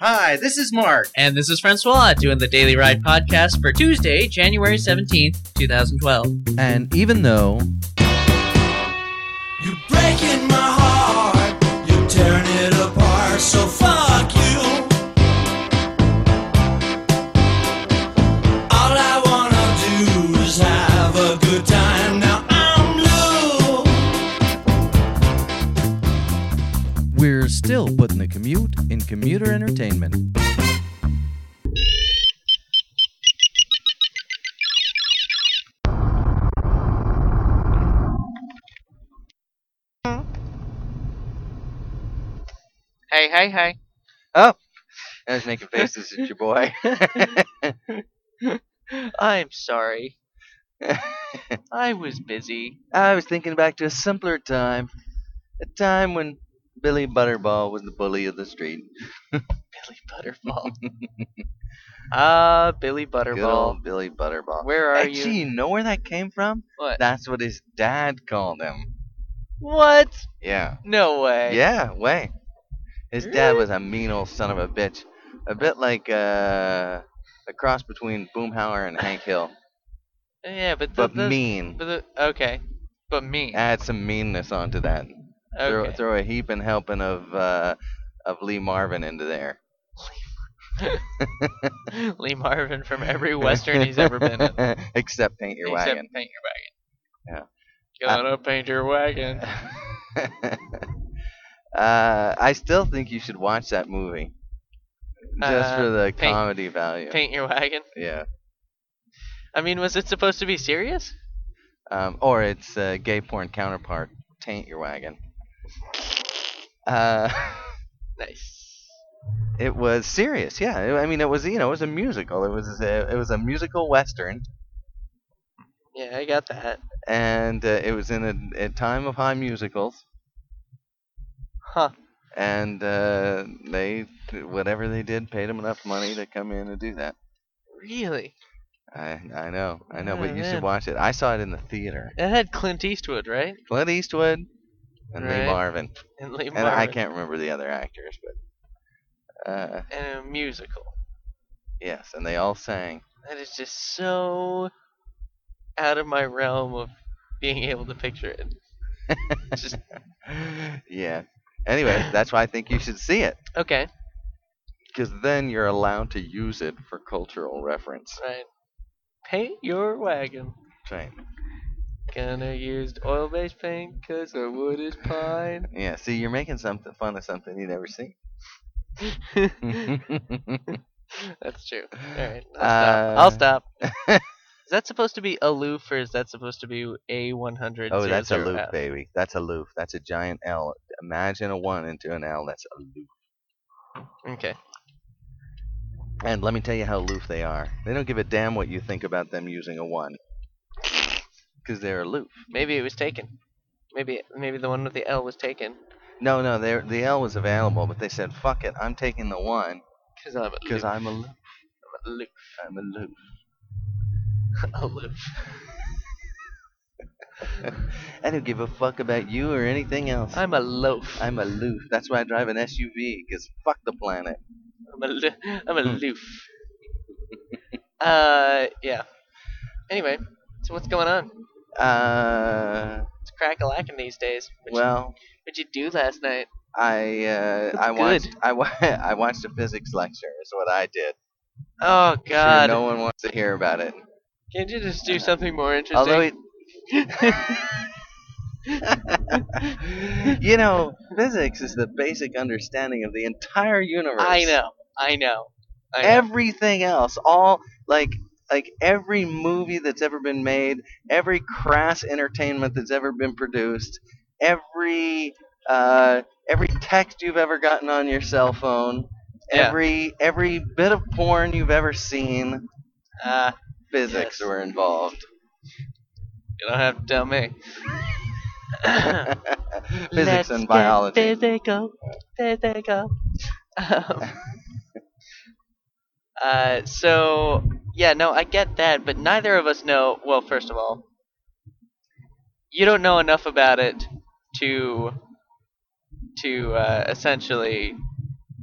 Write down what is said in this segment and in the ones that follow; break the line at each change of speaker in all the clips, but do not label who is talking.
Hi, this is Mark.
And this is Francois doing the Daily Ride podcast for Tuesday, January 17th, 2012.
And even though
You're breaking my heart. You're tearing it apart. So fuck you. All I wanna do is have a good time. Now I'm low.
we're still putting the commute in commuter entertainment,
Hey, hey, hey.
Oh.
I was making faces at your boy.
I'm sorry. I was busy.
I was thinking back to a simpler time, a time when Billy Butterball was the bully of the street.
Billy Butterball. Ah, Billy
Good
Butterball.
old Billy Butterball.
Where are
Actually,
you?
you know where that came from?
What?
That's what his dad called him.
What?
Yeah.
No way.
Yeah, way. His dad was a mean old son of a bitch, a bit like uh, a cross between Boomhauer and Hank Hill,
Yeah, but the,
but
the,
mean.
But the, okay, but me.
Add some meanness onto that. Throw,
Okay.
throw a heap and helping of uh, of Lee Marvin into there.
Lee Marvin from every western he's ever been in,
Except paint your
except
wagon.
Paint Your Wagon.
Yeah.
Gonna paint your wagon.
uh, I still think you should watch that movie. Just
Uh,
for the
paint-
comedy value.
Paint your wagon.
Yeah.
I mean, was it supposed to be serious?
Um, or its uh, gay porn counterpart, Taint Your Wagon. Uh,
Nice.
it was serious, yeah. I mean, it was you know, it was a musical. It was a, it was a musical western,
Yeah, I got that.
and uh, it was in a, a time of high musicals.
Huh.
and uh, they whatever they did paid them enough money to come in and do that.
Really?
I I know I know, but you
Yeah.
should watch it. I saw it in the theater.
That had Clint Eastwood, right?
Clint Eastwood and
Right.
Lee Marvin,
And Lee
and
Marvin.
I can't remember the other actors, but uh,
And a musical.
yes, and they all sang.
That is just so out of my realm of being able to picture it. Just-
yeah. Anyway, that's why I think you should see it,
Okay,
because then you're allowed to use it for cultural reference.
right. Paint your wagon.
Right.
Gonna use oil based paint 'cause the wood is pine.
Yeah. See, you're making something fun of something you never seen.
That's true. Alright, I'll
Uh,
stop. I'll stop. is that supposed to be aloof or is that supposed to be A100?
Oh, that's a loop, baby. That's a loop. That's a giant L. Imagine a one into an L. That's a loop.
Okay.
And let me tell you how aloof they are. They don't give a damn what you think about them using a one, because they're aloof.
Maybe it was taken. Maybe maybe the one with the L was taken.
No, no, they're, the L was available, but they said, "Fuck it, I'm taking the one
Because I'm
because
aloof.
I'm aloof.
aloof.
I'm aloof."
aloof.
I don't give a fuck about you or anything else.
I'm a loaf.
I'm aloof. That's why I drive an SUV, because fuck the planet.
I'm a, lo- I'm a
Hmm.
loof. uh, yeah. Anyway, so what's going on?
Uh,
It's crack a lacking these days. What'd you-
well,
what'd you do last night?
I uh,
That's
I
good.
watched I, wa- I watched a physics lecture. Is what I did.
Oh
Sure,
God!
no one wants to hear about it.
Can't you just do something more interesting?
Although it, you know, physics is the basic understanding of the entire universe.
I know, I know, I know.
Everything else, all like like every movie that's ever been made, every crass entertainment that's ever been produced, every uh, every text you've ever gotten on your cell phone,
Yeah.
every every bit of porn you've ever seen,
Ah,
physics
Yes.
were involved.
you don't have to tell me.
physics
Let's
and
get
biology.
Physical, physical. Um, uh, so yeah, no, I get that, but neither of us know. Well, first of all, you don't know enough about it to to uh, essentially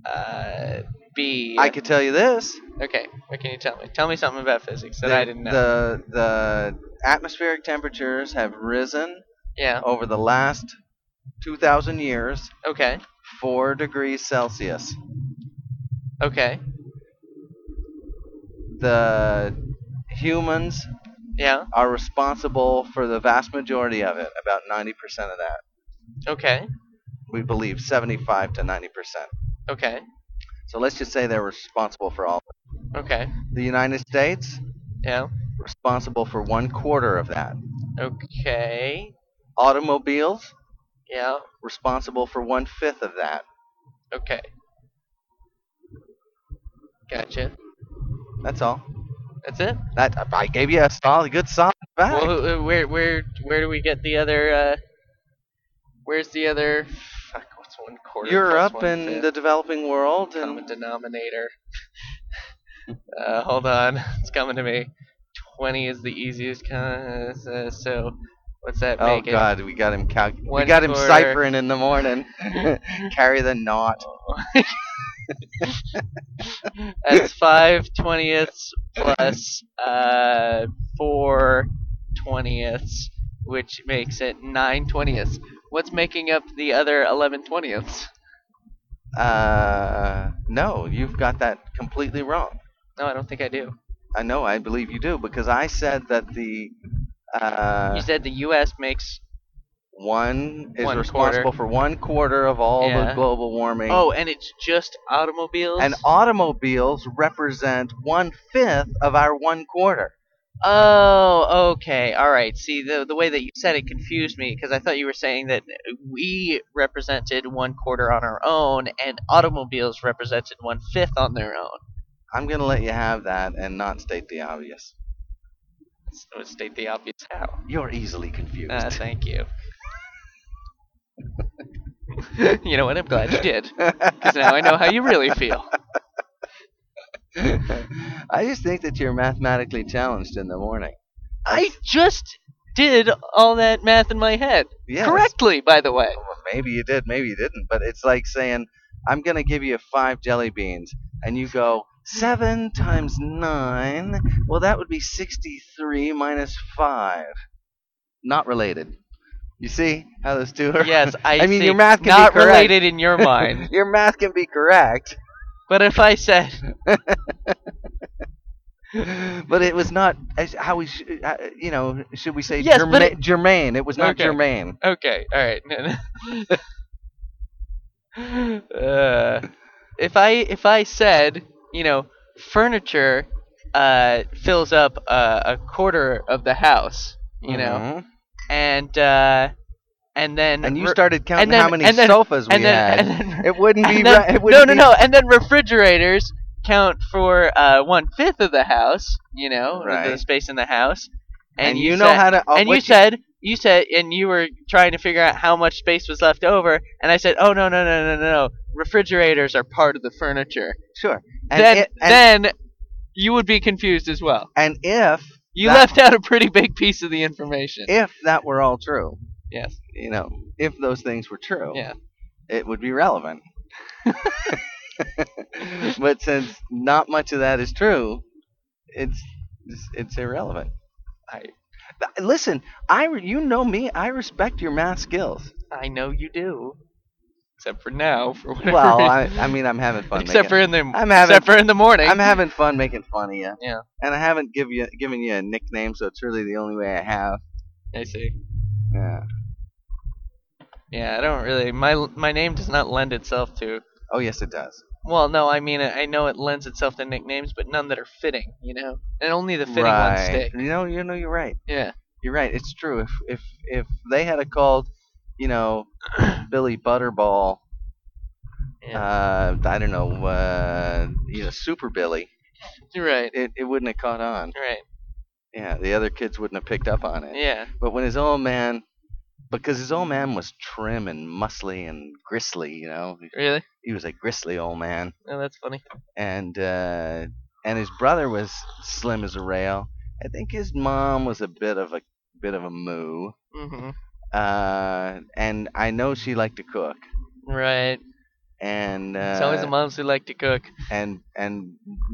uh, be?
I could tell you this.
Okay, what can you tell me? Tell me something about physics that
the,
I didn't know.
The the atmospheric temperatures have risen
yeah.
over the last 2,000 years
Okay.
four degrees Celsius.
Okay.
The humans
Yeah.
are responsible for the vast majority of it, about 90% of that.
Okay.
We believe 75 to 90%.
Okay.
So let's just say they're responsible for all.
Okay.
The United States
Yeah.
responsible for one quarter of that.
Okay.
Automobiles
Yeah.
responsible for one fifth of that.
Okay. Gotcha.
That's all.
That's it.
That I gave you a solid, good solid fact.
Well, who- who- where where where do we get the other? Uh, where's the other? Fuck. What's one quarter?
Europe
plus one
and
fifth?
the developing world
common
and
denominator. uh, hold on, it's coming to me. Twenty is the easiest. Con- uh, so, what's that
oh
make it?
god, we got him calc- we
One
got him
quarter.
ciphering in the morning. Carry the naught.
That's five twentieths plus uh, four twentieths, which makes it nine twentieths. What's making up the other eleven twentieths?
Uh, no, you've got that completely wrong.
No, I don't think I do.
I know, I believe you do because I said that the uh,
You said the U.S. makes.
one is
One
responsible
quarter.
for one quarter of all the
Yeah.
global warming.
Oh, and it's just automobiles.
and automobiles represent one fifth of our one quarter.
Oh, okay. All right. See, the the way that you said it confused me because I thought you were saying that we represented one quarter on our own, and automobiles represented one fifth on their own.
I'm gonna let you have that and not state the obvious.
So it state the obvious how.
You're easily confused.
Ah, thank you. you know what? I'm glad you did because now I know how you really feel.
I just think that you're mathematically challenged in the morning.
I just did all that math in my head
Yes.
correctly, by the way.
Well, maybe you did, maybe you didn't, but it's like saying, I'm going to give you five jelly beans, and you go, seven times nine, well, that would be 63 minus five. Not related. You see how those two are?
Yes, I.
I mean,
see.
your math can be
not
correct.
related in your mind.
Your math can be correct,
But if I said
but it was not as- how we, sh- uh, you know, should we say
Yes,
germa-
but it-
germane? It was not
Okay.
germane.
okay, all right, uh, if I if I said you know furniture uh, fills up uh, a quarter of the house, you know,
Mhm.
and uh, and then
and you
re-
started counting
then-
how many
and then-
sofas we
and then,
had.
and then
it wouldn't be
and then-
right. It
no
wouldn't
no
be-
no, and then refrigerators count for uh, one fifth of the house, you know, the
Right.
space in the house,
And, you, know
said-
how to. oh,
and
what
you said you said and you were trying to figure out how much space was left over and i said oh no no no no no no refrigerators are part of the furniture
sure. And
then
it- and,
then you would be confused as well
and if
you
That-
left out a pretty big piece of the information
if that were all true,
yes
you know, if those things were true,
yeah
it would be relevant. but since not much of that is true, it's it's, it's irrelevant.
i
Th- Listen, I re- you know me. I respect your math skills.
i know you do except for now for whatever
Well, I,
reason.
I mean, I'm having fun.
except
making,
for in the
I'm having-
except for in the morning
I'm having fun making fun of you.
Yeah.
And I haven't give you given you a nickname, so it's really the only way I have.
i see
Yeah.
yeah i don't really my my name does not lend itself to
Oh yes, it does.
Well, no, I mean, I I know it lends itself to nicknames, but none that are fitting, you know? And only the fitting ones stick.
You know, you know, you're right.
Yeah.
You're right. It's true. If if if they had a called, you know, Billy Butterball,
yeah.
uh, I don't know, uh, you know, Super Billy,
You're right.
it it wouldn't have caught on.
You're right.
Yeah, the other kids wouldn't have picked up on it.
Yeah.
But when his old man, because his old man was trim and muscly and gristly, you know,
Really?
he was a gristly old man.
Oh, that's funny.
and uh, and his brother was slim as a rail. I think his mom was a bit of a bit of a moo.
Mm-hmm.
Uh, and I know she liked to cook.
Right.
and uh,
it's always the moms who like to cook.
and and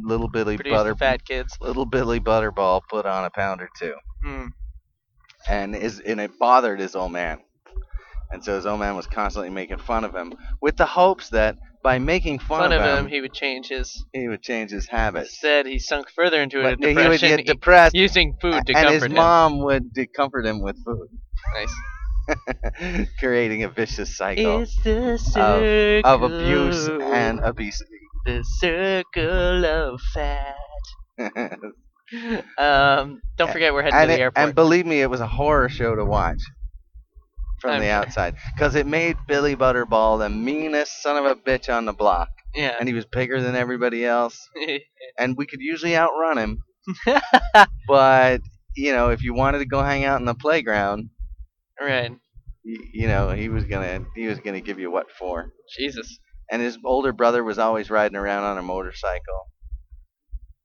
little Billy
Produce
Butter
the fat kids.
little Billy Butterball put on a pound or two,
Mm.
and is and it bothered his old man, and so his old man was constantly making fun of him with the hopes that by making fun,
Fun of him, he would change his.
he would change his habits.
Said he sunk further into a
But he
depression.
would get
e-
depressed,
using food to
and
comfort
his mom would de- comfort him with food.
him. Nice.
creating a vicious cycle
It's the circle
of abuse and obesity.
the circle of fat. Um, don't forget we're heading
and,
to
it-
the airport.
and believe me, it was a horror show to watch from
I'm
the
sure.
outside because it made Billy Butterball the meanest son of a bitch on the block,
yeah.
and he was bigger than everybody else, and we could usually outrun him. but you know, if you wanted to go hang out in the playground,
right.
you, you know, he was gonna he was gonna give you what for.
Jesus.
and his older brother was always riding around on a motorcycle.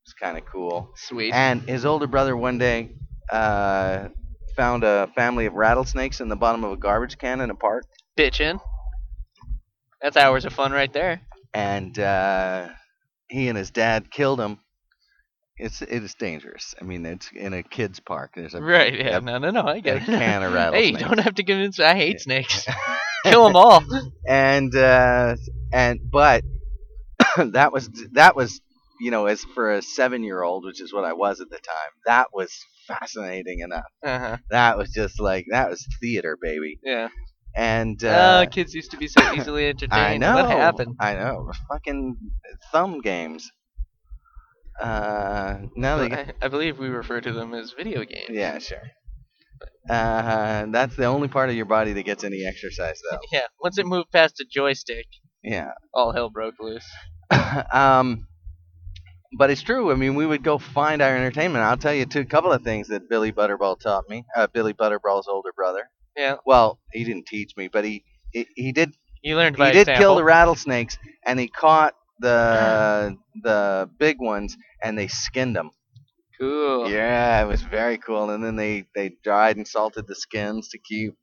It's kind of cool.
Sweet.
And his older brother one day uh, found a family of rattlesnakes in the bottom of a garbage can in a park,
Bitchin'. That's hours of fun right there.
and uh, he and his dad killed them. It's it is dangerous. I mean, it's in a kids' park. There's a
Right. Yeah.
Yep.
No. No. No. I get
a
it.
can of
hey,
rattlesnakes.
don't have to convince. me. I hate snakes. Kill them all.
and uh, and but that was that was you know as for a seven year old which is what i was at the time that was fascinating enough
Uh-huh.
that was just like that was theater baby
Yeah.
and uh,
Oh, kids used to be so easily entertained.
i know
What happened?
i know fucking thumb games uh now they got,
I, I believe we refer to them as video games.
yeah sure uh, that's the only part of your body that gets any exercise though
Yeah. Once it moved past a joystick,
yeah
all hell broke loose.
um, but it's true. I mean, we would go find our entertainment. I'll tell you two, a couple of things that Billy Butterball taught me. Uh, Billy Butterball's older brother.
Yeah.
Well, he didn't teach me, but he he, he did
You learned
he
by
did
example.
kill the rattlesnakes and he caught the the big ones and they skinned them.
Cool.
Yeah, it was very cool. And then they they dried and salted the skins to keep.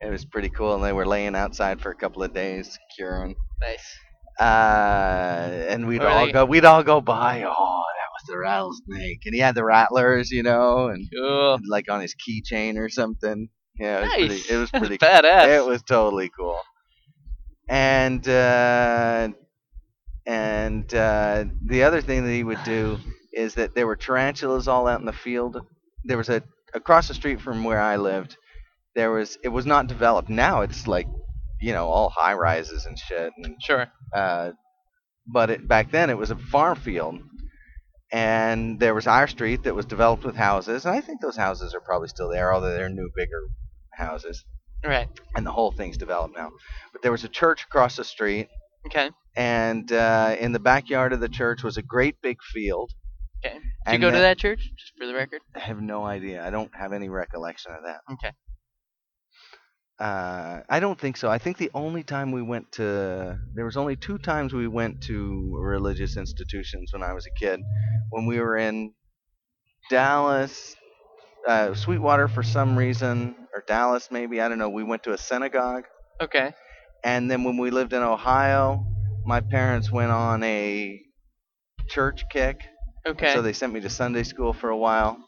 It was pretty cool, and they were laying outside for a couple of days curing
Nice.
uh, and we'd
Or
all
they-
go we'd all go by oh that was the rattlesnake and he had the rattlers you know and
Cool.
like on his keychain or something yeah it was
Nice.
pretty it was
That's
pretty
badass.
it was totally cool and uh, and uh, the other thing that he would do is that there were tarantulas all out in the field there was a across the street from where i lived there was it was not developed now it's like you know all high rises and shit and
sure.
uh, but it, back then it was a farm field, and there was our street that was developed with houses, and I think those houses are probably still there, although they're new, bigger houses,
Right.
and the whole thing's developed now. But there was a church across the street,
Okay.
and uh, in the backyard of the church was a great big field.
Okay. Did you
And
go to
the-
that church? Just for the record.
I have no idea. I don't have any recollection of that.
Okay.
Uh, I don't think so. I think the only time we went to there was only two times we went to religious institutions when I was a kid. When we were in Dallas, uh, Sweetwater for some reason, or Dallas maybe I don't know. We went to a synagogue,
Okay.
and then when we lived in Ohio, my parents went on a church kick,
Okay.
so they sent me to Sunday school for a while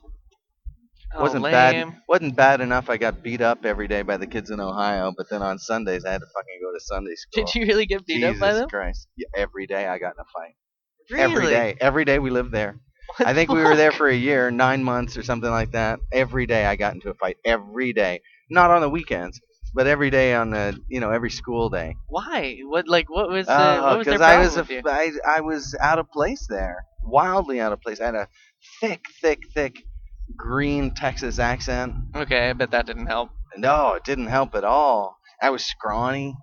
Oh,
wasn't
lame.
bad. Wasn't bad enough. I got beat up every day by the kids in Ohio, but then on Sundays I had to fucking go to Sunday school.
Did you really get beat
Jesus
up by them?
Christ! Yeah, every day I got in a fight.
Really?
Every day, every day we lived there.
What
I
the
think we were there
fuck?
for a year, nine months or something like that. Every day I got into a fight. Every day, not on the weekends, but every day on the you know every school day.
Why? What? Like, what was the? what was their
Because Uh-huh, Uh, I
problem
was a,
with you?
I, I was out of place there, wildly out of place. I had a thick, thick, thick green Texas accent.
Okay, I bet that didn't help.
No, it didn't help at all. I was scrawny.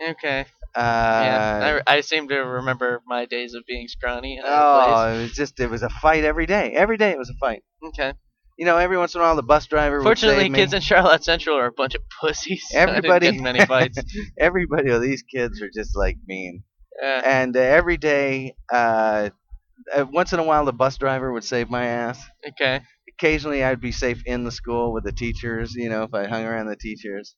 Okay.
Uh,
yeah. I, I seem to remember my days of being scrawny. and out of
oh, it was just it was a fight every day. Every day it was a fight.
place. Okay.
You know, every once in a while the bus driver.
Fortunately,
would save me.
kids in Charlotte Central are a bunch of pussies. so I didn't
Everybody-
get in many fights.
Everybody, oh, these kids are just like mean.
Yeah.
And uh, every day, uh, uh, once in a while, the bus driver would save my ass.
okay.
Occasionally, I'd be safe in the school with the teachers. You know, if I hung around the teachers.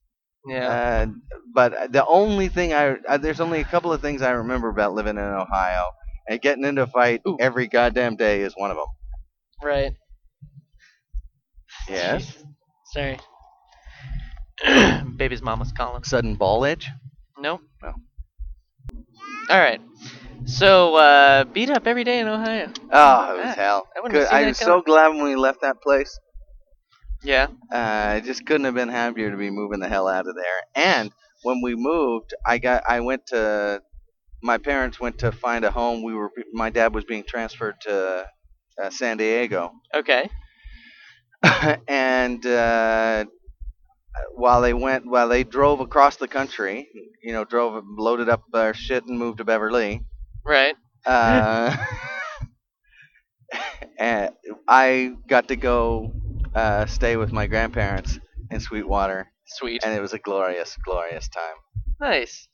Yeah.
Uh, but the only thing I, I there's only a couple of things I remember about living in Ohio and getting into a fight
Ooh.
every goddamn day is one of them.
right.
Yes.
Jeez. Sorry. Baby's mom was calling.
Sudden ball itch.
Nope.
No.
All right. So uh, beat up every day in Ohio.
Oh, it
Ah,
was hell.
I wouldn't have
Good.
seen
I
that
was so
coming.
glad when we left that place.
Yeah.
Uh, I just couldn't have been happier to be moving the hell out of there. And when we moved, I got I went to my parents went to find a home. We were my dad was being transferred to uh, San Diego.
Okay.
and uh, while they went, while they drove across the country, you know, drove, loaded up their shit and moved to Beverly.
Right.
Uh, and I got to go uh, stay with my grandparents in Sweetwater,
Sweet.
and it was a glorious, glorious time.
Nice.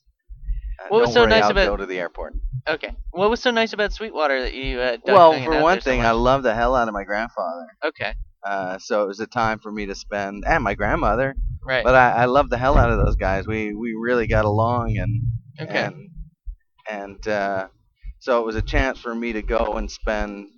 Uh,
What was
don't
so
worry,
nice
I'll
about-
go to the airport?
Okay. What was so nice about Sweetwater that you? Uh, dug
Well,
hanging
for
out
one
there so
thing,
much?
I love the hell out of my grandfather.
okay.
Uh, so it was a time for me to spend, and my grandmother.
Right.
But I, I love the hell out of those guys. We we really got along, and
okay.
And, and uh, so it was a chance for me to go and spend,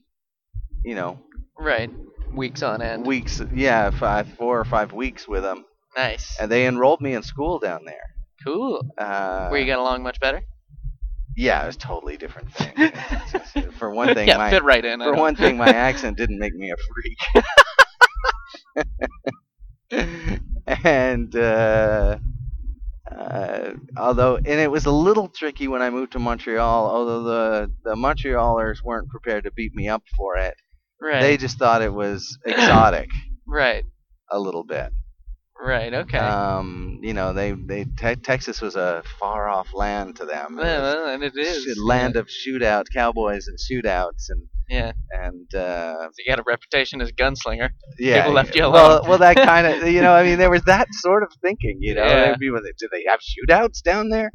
you know,
right. Weeks on end.
weeks, yeah, five, four or five weeks with them.
nice.
And they enrolled me in school down there.
cool.
Uh,
Where you got along much better?
Yeah, it was totally different thing. It's- it's- it's- for one thing,
yeah,
my
fit right in. I
for
don't-
one thing, my accent didn't make me a freak. and uh, uh, although, and it was a little tricky when I moved to Montreal. Although the the Montrealers weren't prepared to beat me up for it,
Right.
they just thought it was exotic
right.
a little bit.
Right. Okay.
Um, you know, they they te- Texas was a far off land to them. It
Well,
was
well, and it is
sh- land of shootout cowboys and shootouts and
Yeah.
and uh,
So you got a reputation as a gunslinger.
yeah,
People left you
Well,
alone.
well, that kind of you know, I mean, there was that sort of thinking. You know,
Yeah.
There'd be, well, do they have shootouts down there?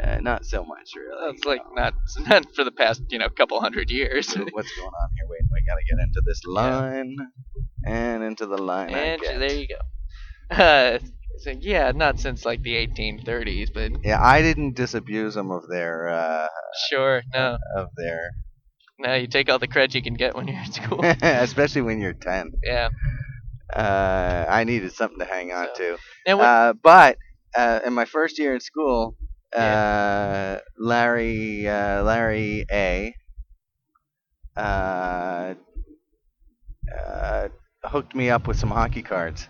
Uh, not so much, really.
That's
you
like
know.
not not for the past you know couple hundred years.
Ooh, what's going on here? Wait, we gotta get into this line and into the line. I
and
guess.
there you go. Uh, so yeah, not since like the 1830s, but
yeah, I didn't disabuse them of their uh,
sure, no,
of their,
no, you take all the credit you can get when you're at school.
especially when you're ten.
yeah.
Uh, I needed something to hang on
So-
to.
Now what?
Uh, but uh, in my first year in school, uh, Larry uh, Larry A. Uh, uh, hooked me up with some hockey cards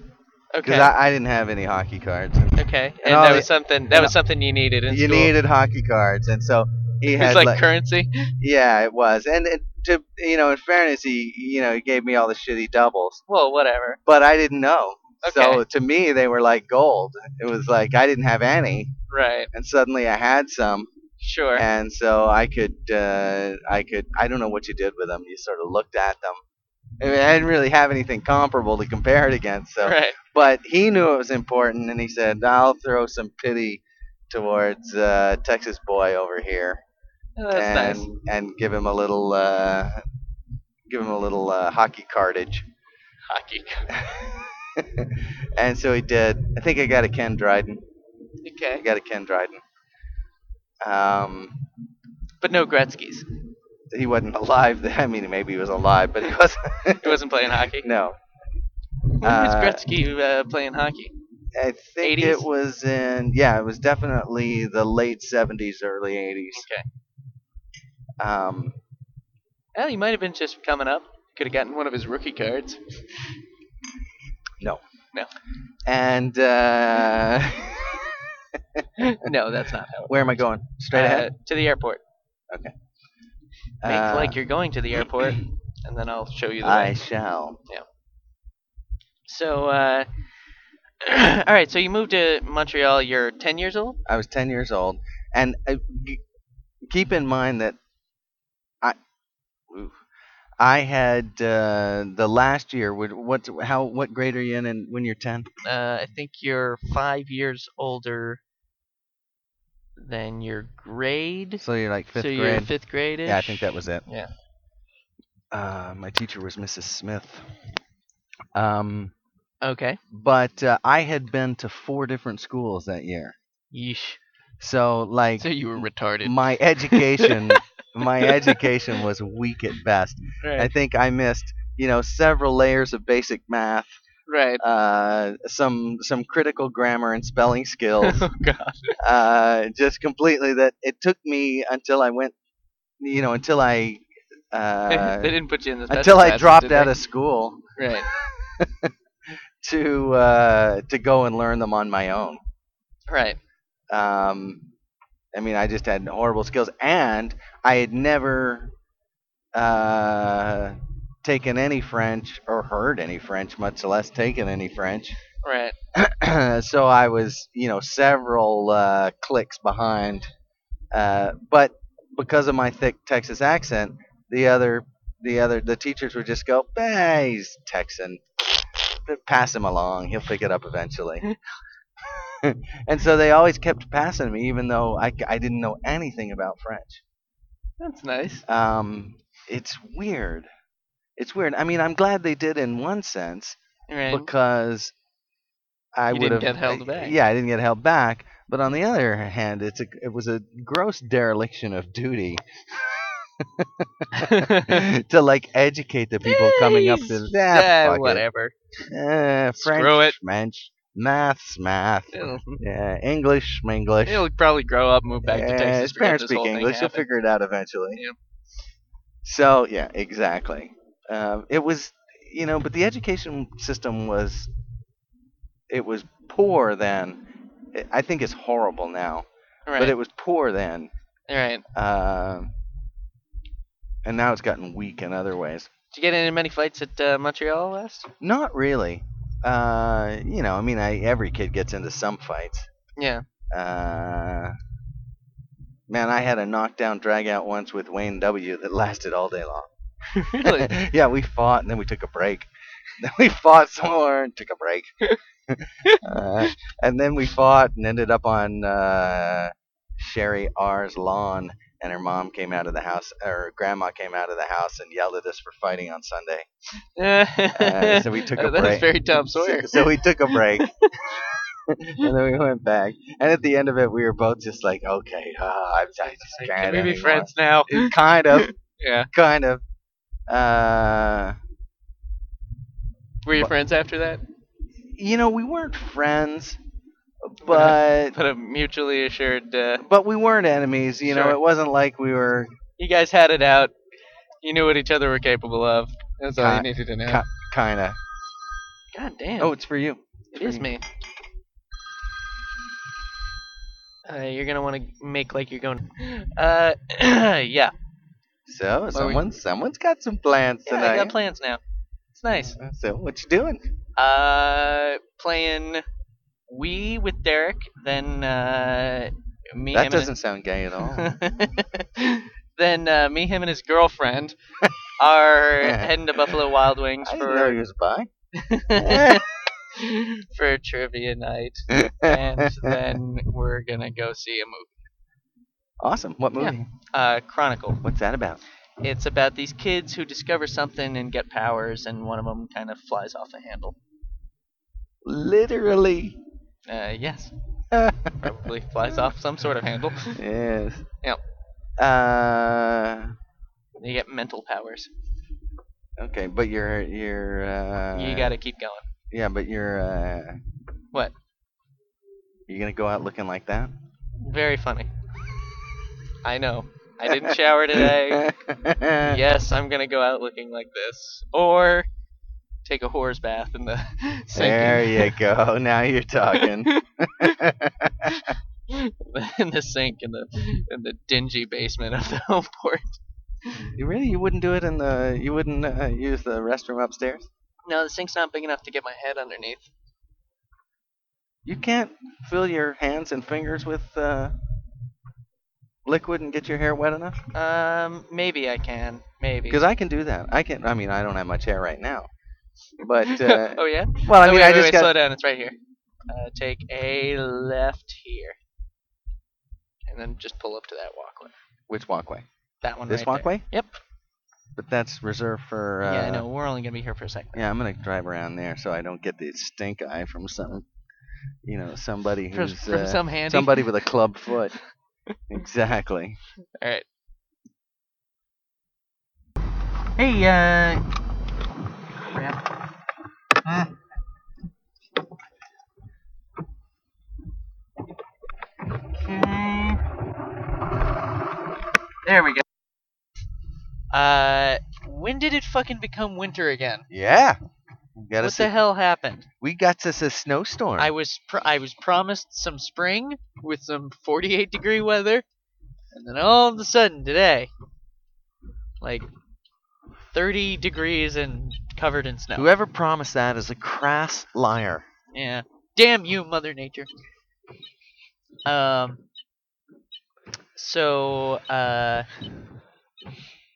because
okay.
I, I didn't have any hockey cards. And
okay. And,
Uh, and all
that
the-
was something. That
and
was something you needed in
you
school.
needed hockey cards, and so he
it's
had
like
like-
currency.
yeah, it was. And it, to you know, in fairness, he you know he gave me all the shitty doubles.
Well, whatever.
but I didn't know. So
Okay.
to me, they were like gold. It was like I didn't have any,
Right.
and suddenly I had some,
Sure.
and so I could, uh, I could, I don't know what you did with them. You sort of looked at them. I, mean, I didn't really have anything comparable to compare it against. So,
Right.
but he knew it was important, and he said, "I'll throw some pity towards uh, Texas boy over here,
Well, that's
and
nice.
and give him a little, uh, give him a little uh, hockey cardage."
Hockey.
and so he did. I think I got a Ken Dryden. I
Okay.
got a Ken Dryden. Um,
But no Gretzky's.
he wasn't alive. Then. I mean, maybe he was alive, but he wasn't.
He wasn't playing hockey.
no,
When was
Uh,
Gretzky uh, playing hockey?
I think
80s?
it was in. Yeah, it was definitely the late '70s, early '80s.
Okay.
Um,
Well, he might have been just coming up. Could have gotten one of his rookie cards.
and uh,
no, that's not how. It
where am I going? Straight
uh,
ahead.
to the airport. Make
Uh,
like you're going to the airport, and then I'll show you the
I
way.
shall.
So, uh, all right. So you moved to Montreal. You're 10 years old.
I was 10 years old, and uh, g- keep in mind that I, oof, I had uh, the last year. Would what? How? What grade are you in? And when you're 10?
Uh, I think you're five years older than your grade.
So you're like fifth
so you're
grade.
fifth grade.
yeah, I think that was it.
Yeah.
Uh, my teacher was Mrs. Smith. Um,
Okay.
But uh, I had been to four different schools that year.
Yeesh.
So like
So you were retarded.
my education my education was weak at best. I
right.
think I missed, you know, several layers of basic math,
right.
uh, some some critical grammar and spelling skills.
oh god.
uh, just completely that it took me until I went, you know, until I
they
uh,
didn't put you in the special
until I
classes,
dropped
did they?
out of school
Right.
to uh, to go and learn them on my own.
Right.
Um, I mean, I just had horrible skills, and I had never uh, taken any French or heard any French, much less taken any French.
Right.
so I was, you know, several uh, clicks behind. Uh, but because of my thick Texas accent, the other, the other, the teachers would just go, "Eh, he's Texan. Pass him along. He'll pick it up eventually." and so they always kept passing me, even though I, I didn't know anything about French.
That's nice.
Um, it's weird. It's weird. I mean, I'm glad they did in one sense
Right.
because I
You
would
didn't
have
get held back.
Yeah, I didn't get held back. But on the other hand, it's a, it was a gross dereliction of duty to like educate the people coming up to ah,
Eh,
that.
whatever.
Uh, French,
Screw it.
French, maths, math.
It'll,
Yeah, English, Sminglish.
it'll probably grow up, move back to
Yeah,
Texas.
His
forget
parents
this
speak
whole thing
English. He'll
happened.
figure it out eventually.
Yep.
So yeah, exactly. Um, it was, you know, but the education system was, it was poor then. I- I think it's horrible now,
Right.
but it was poor then,
right.
Um and now it's gotten weak in other ways.
Did you get any many fights at uh, Montreal last?
Not really. Uh, you know, I mean, I, every kid gets into some fights.
Yeah.
Uh, man, I had a knockdown dragout once with Wayne W. that lasted all day long.
really?
yeah, we fought and then we took a break. Then we fought some more and took a break. uh, and then we fought and ended up on uh, Sherry R's lawn. And her mom came out of the house, or her grandma came out of the house and yelled at us for fighting on Sunday. Uh, so we took a
Oh, That's
break.
very Tom
So-
Sawyer.
So, we took a break. and then we went back. And at the end of it, we were both just like, okay, uh, I, I just can't.
Can we be
anymore."
friends now?
Kind of,
yeah.
kind of. Uh,
Were you
But-
friends after that?
you know, we weren't friends, but
Put a mutually assured. Uh,
but we weren't enemies. You know,
Sure.
it wasn't like we were
you guys had it out. You knew what each other were capable of. That's all you
Ki-
needed to know.
ki- kind of.
God damn.
Oh, it's for you.
it is me. Uh, you're gonna want to make like you're going. Uh, yeah.
So
we-
someone someone's got some plans
Yeah,
tonight.
I got plans now. It's nice.
So what you doing?
Uh, playing Wii with Derek, then uh, me.
that
him,
doesn't sound gay at all.
And then uh, me, him, and his girlfriend are heading to Buffalo Wild Wings
I didn't know
for
he was bi.
for trivia night, and then we're gonna go see a movie.
awesome. What
Yeah.
movie?
Uh, Chronicle.
What's that about?
It's about these kids who discover something and get powers, and one of them kind of flies off the handle.
Literally.
Uh, yes, probably flies off some sort of handle.
yes.
Yep.
Uh.
You get mental powers.
Okay, but you're you're. Uh,
you gotta keep going.
Yeah, but you're. Uh,
What?
You gonna go out looking like that?
Very funny. I know. I didn't shower today.
yeah.
yes, I'm gonna go out looking like this, or take a whore's bath in the
There
sink.
you go. Now you're talking.
in the sink in the in the dingy basement of the home port.
you really? You wouldn't do it in the? You wouldn't uh, use the restroom upstairs?
No, the sink's not big enough to get my head underneath.
You can't fill your hands and fingers with uh, liquid and get your hair wet enough?
Um, maybe I can. Maybe.
Because I can do that. I can. I mean, I don't have much hair right now. But uh,
oh yeah.
well, I
Oh,
mean,
wait,
I
wait,
just
wait, slow
got.
down. It's right here. Uh, take a left here, and then just pull up to that walkway.
Which walkway?
That one.
This
right there.
walkway?
Yep.
but that's reserved for. Uh,
yeah, I know. We're only gonna be here for a second.
yeah, I'm gonna drive around there so I don't get the stink eye from some, you know, somebody
From,
who's
from
uh,
some handy.
somebody with a club foot. exactly.
All right. Hey, uh. Crap. Ah. Okay. There we go. Uh, when did it fucking become winter again?
Yeah. We got
What
us
the
a-
hell happened?
We got us a snowstorm.
I was pr- I was promised some spring with some 48 degree weather, and then all of a sudden today, like 30 degrees and covered in snow.
Whoever promised that is a crass liar.
Yeah, damn you, Mother Nature. Um. So, uh,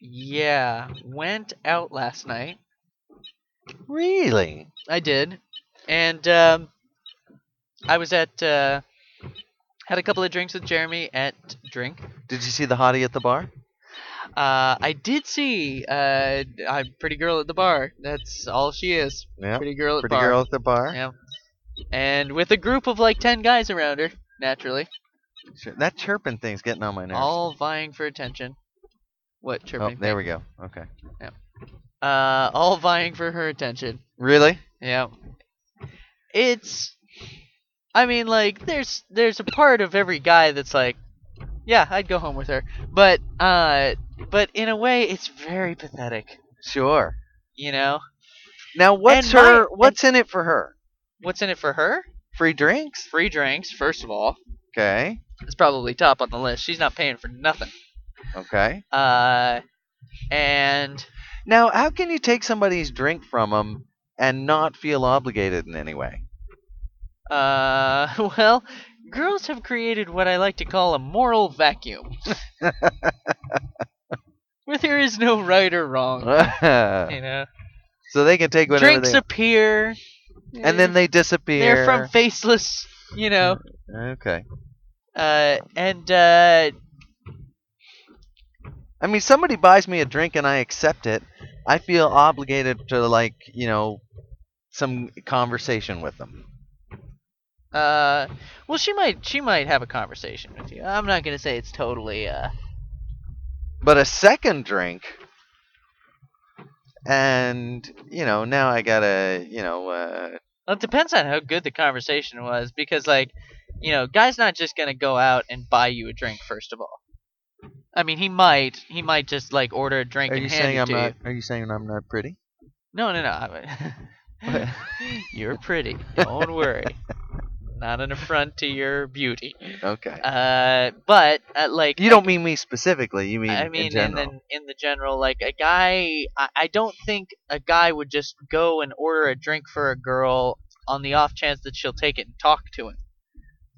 yeah, went out last night.
Really?
I did, and um, I was at uh, had a couple of drinks with Jeremy at Drink.
Did you see the hottie at the bar?
Uh, I did see uh, a pretty girl at the bar. That's all she is.
Yeah.
Pretty girl at
Pretty
bar.
girl at the bar.
Yeah. And with a group of like ten guys around her, naturally,
Sure. That chirping thing's getting on my nerves.
all vying for attention. What
oh,
chirping?
there we go. Okay. Oh.
go. Uh, all vying for her attention.
Really?
Yeah. It's I mean like there's there's a part of every guy that's like yeah, I'd go home with her. But uh but in a way it's very pathetic,
Sure.
you know?
Now what's
And my-
her what's in it for her?
What's in it for her?
Free drinks?
Free drinks, first of all.
Okay.
It's probably top on the list. She's not paying for nothing.
Okay.
Uh and
Now, how can you take somebody's drink from them and not feel obligated in any way?
uh well, girls have created what I like to call a moral vacuum. Where there is no right or wrong.
so
You know.
they can take whatever
drinks
they
appear,
and then they
they're
disappear.
from faceless, you know.
Okay.
Uh, and uh,
I mean, somebody buys me a drink and I accept it, I feel obligated to like, you know, some conversation with them.
uh, well, she might she might have a conversation with you. I'm not gonna say it's totally. Uh,
But a second drink and, you know, now I got to, you know, uh
well, it depends on how good the conversation was, because like, you know, guy's not just gonna go out and buy you a drink. First of all, I mean, he might he might just like order a drink
are
and
you
hand
saying
it
I'm
to
not
you.
are you saying I'm not pretty?
No, no, no. I- You're pretty. Don't worry. Not an affront to your beauty.
Okay.
Uh, but uh, like
You don't mean me specifically, you mean,
I
in
mean, in
general.
the in the general, like a guy, I, I don't think a guy would just go and order a drink for a girl on the off chance that she'll take it and talk to him.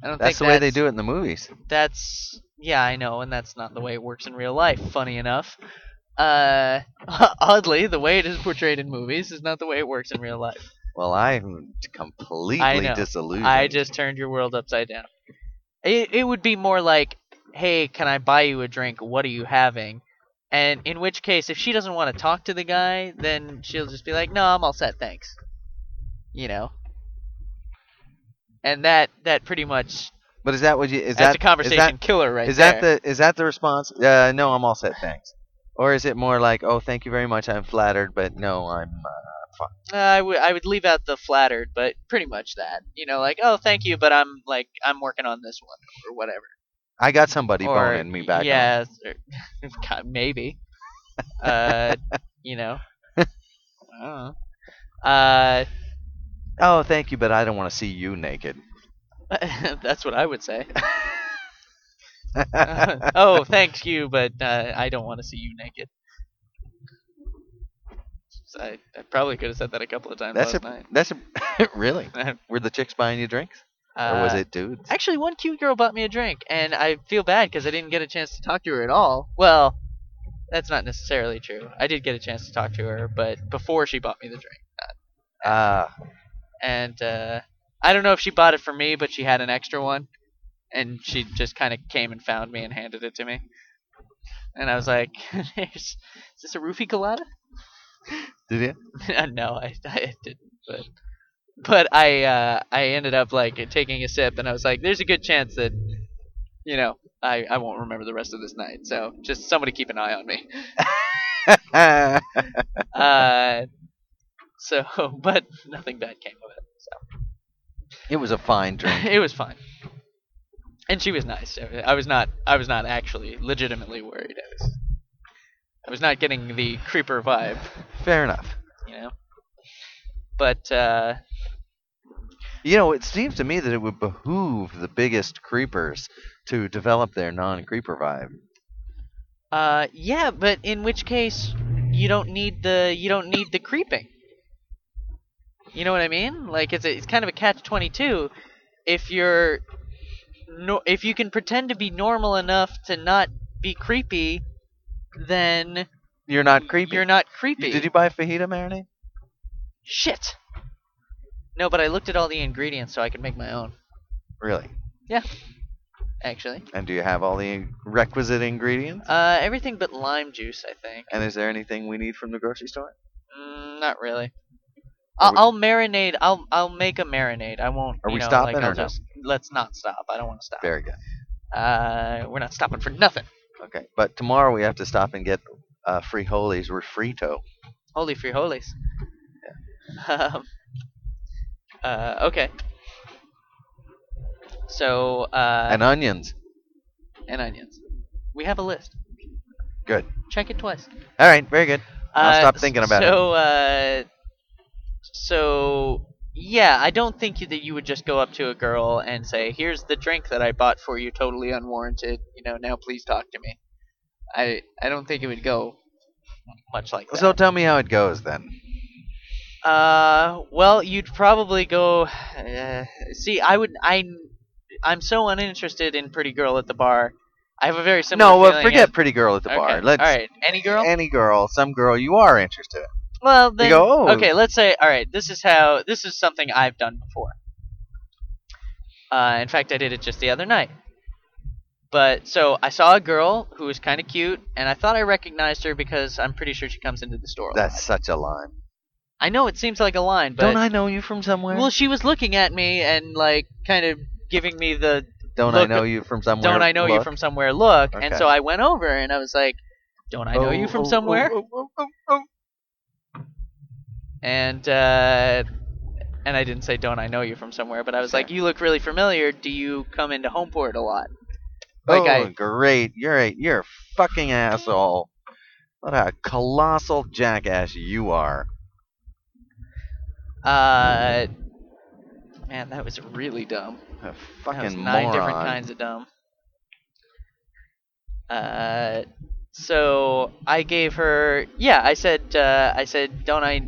I don't
that's the
think
way they do it in the movies.
That's yeah, I know, and that's not the way it works in real life. Funny enough, uh, oddly, the way it is portrayed in movies is not the way it works in real life.
Well, I'm completely
know.
disillusioned.
I just turned your world upside down. It, it would be more like, hey, can I buy you a drink? What are you having? And in which case, if she doesn't want to talk to the guy, then she'll just be like, no, I'm all set, thanks. You know. And that that pretty much
But is that what you is
that's
that
a conversation
is that,
killer, right
is
there.
that the is that the response? Uh, no, I'm all set, thanks. Or is it more like, oh, thank you very much, I'm flattered, but no, I'm. Uh,
Uh, I would I would leave out the flattered, but pretty much that. You know, like, oh, thank you, but I'm like I'm working on this one or whatever.
I got somebody
or,
boning me back. on.
Yeah, or- God, maybe. uh, you know. I don't know. Uh,
Oh, thank you, but I don't want to see you naked.
that's what I would say.
Uh.
oh, thank you, but uh, I don't want to see you naked. So I, I probably could have said that a couple of times
That's
last
a-
night.
That's a, really. Were the chicks buying you drinks, or was
Uh,
it dudes?
Actually, one cute girl bought me a drink, and I feel bad because I didn't get a chance to talk to her at all. Well, that's not necessarily true. I did get a chance to talk to her, but before she bought me the drink.
Ah,
and uh, I don't know if she bought it for me, but she had an extra one, and she just kind of came and found me and handed it to me. and I was like, "Is this a roofie colada?"
Did you?
no, I, I didn't. But but I uh, I ended up like taking a sip, and I was like, "There's a good chance that you know I, I won't remember the rest of this night." So just somebody keep an eye on me. Uh, so but nothing bad came of it.
it was a fine drink.
it was fine. And she was nice. I I was not. I was not actually legitimately worried. I was. I was not getting the creeper vibe,
Fair enough.
you know. But uh,
You know, it seems to me that it would behoove the biggest creepers to develop their non-creeper vibe.
uh, yeah. But in which case, you don't need the you don't need the creeping. You know what I mean? Like it's a, it's kind of a catch twenty two. If you're no, if you can pretend to be normal enough to not be creepy, then
You're not creepy.
You're not creepy.
Did you buy fajita marinade?
Shit. No, but I looked at all the ingredients so I could make my own.
Really?
Actually,
And do you have all the requisite ingredients?
uh, everything but lime juice, I think.
And is there anything we need from the grocery store?
Mm, not really.
Are
I'll,
we-
I'll marinate. I'll I'll make a marinade. I won't.
Are
you
we
know,
stopping
like, I'll
or no?
just- Let's not stop. I don't want to stop.
Very good.
Uh, we're not stopping for nothing.
Okay. But tomorrow we have to stop and get uh, frijoles or frito.
Holy frijoles. Um, uh, okay. So uh,
and onions.
and onions. We have a list.
Good.
Check it twice.
All right. Very good. I'll stop thinking about it.
Uh, so, it. Uh, so, yeah, I don't think that you would just go up to a girl and say, "Here's the drink that I bought for you, totally unwarranted. You know, now please talk to me." I I don't think it would go much like that.
So tell me how it goes then.
Uh, well, you'd probably go. Uh, see, I would. I, I'm so uninterested in pretty girl at the bar. I have a very similar.
no, well,
feeling
forget
as-
pretty girl at the bar.
Okay,
Let's
all right, any girl.
any girl, some girl you are interested. in.
Well, then.
go, "Oh."
Okay, let's say. All right, this is how. This is something I've done before. Uh, in fact, I did it just the other night. But so I saw a girl who was kind of cute, and I thought I recognized her because I'm pretty sure she comes into the store. a lot.
That's such a line.
I know it seems like a line, but
Don't I know you from somewhere?
well, she was looking at me and like kind of giving me the
Don't I
look-
know you from somewhere?
"Don't I know you
look?
from somewhere?" look, and
Okay.
so I went over and I was like, "Don't I know
Oh,
you from
oh, oh,
somewhere?"
oh, oh, oh, oh.
and uh, and I didn't say don't I know you from somewhere, but I was like, you look really familiar. Do you come into Homeport a lot? Like
oh,
I-
great! You're a you're a fucking asshole. What a colossal jackass you are. Oh.
Uh, man, that was really dumb.
A
That was
fucking
nine
moron.
different kinds of dumb. Uh, so I gave her. Yeah, I said. Uh, I said, don't I?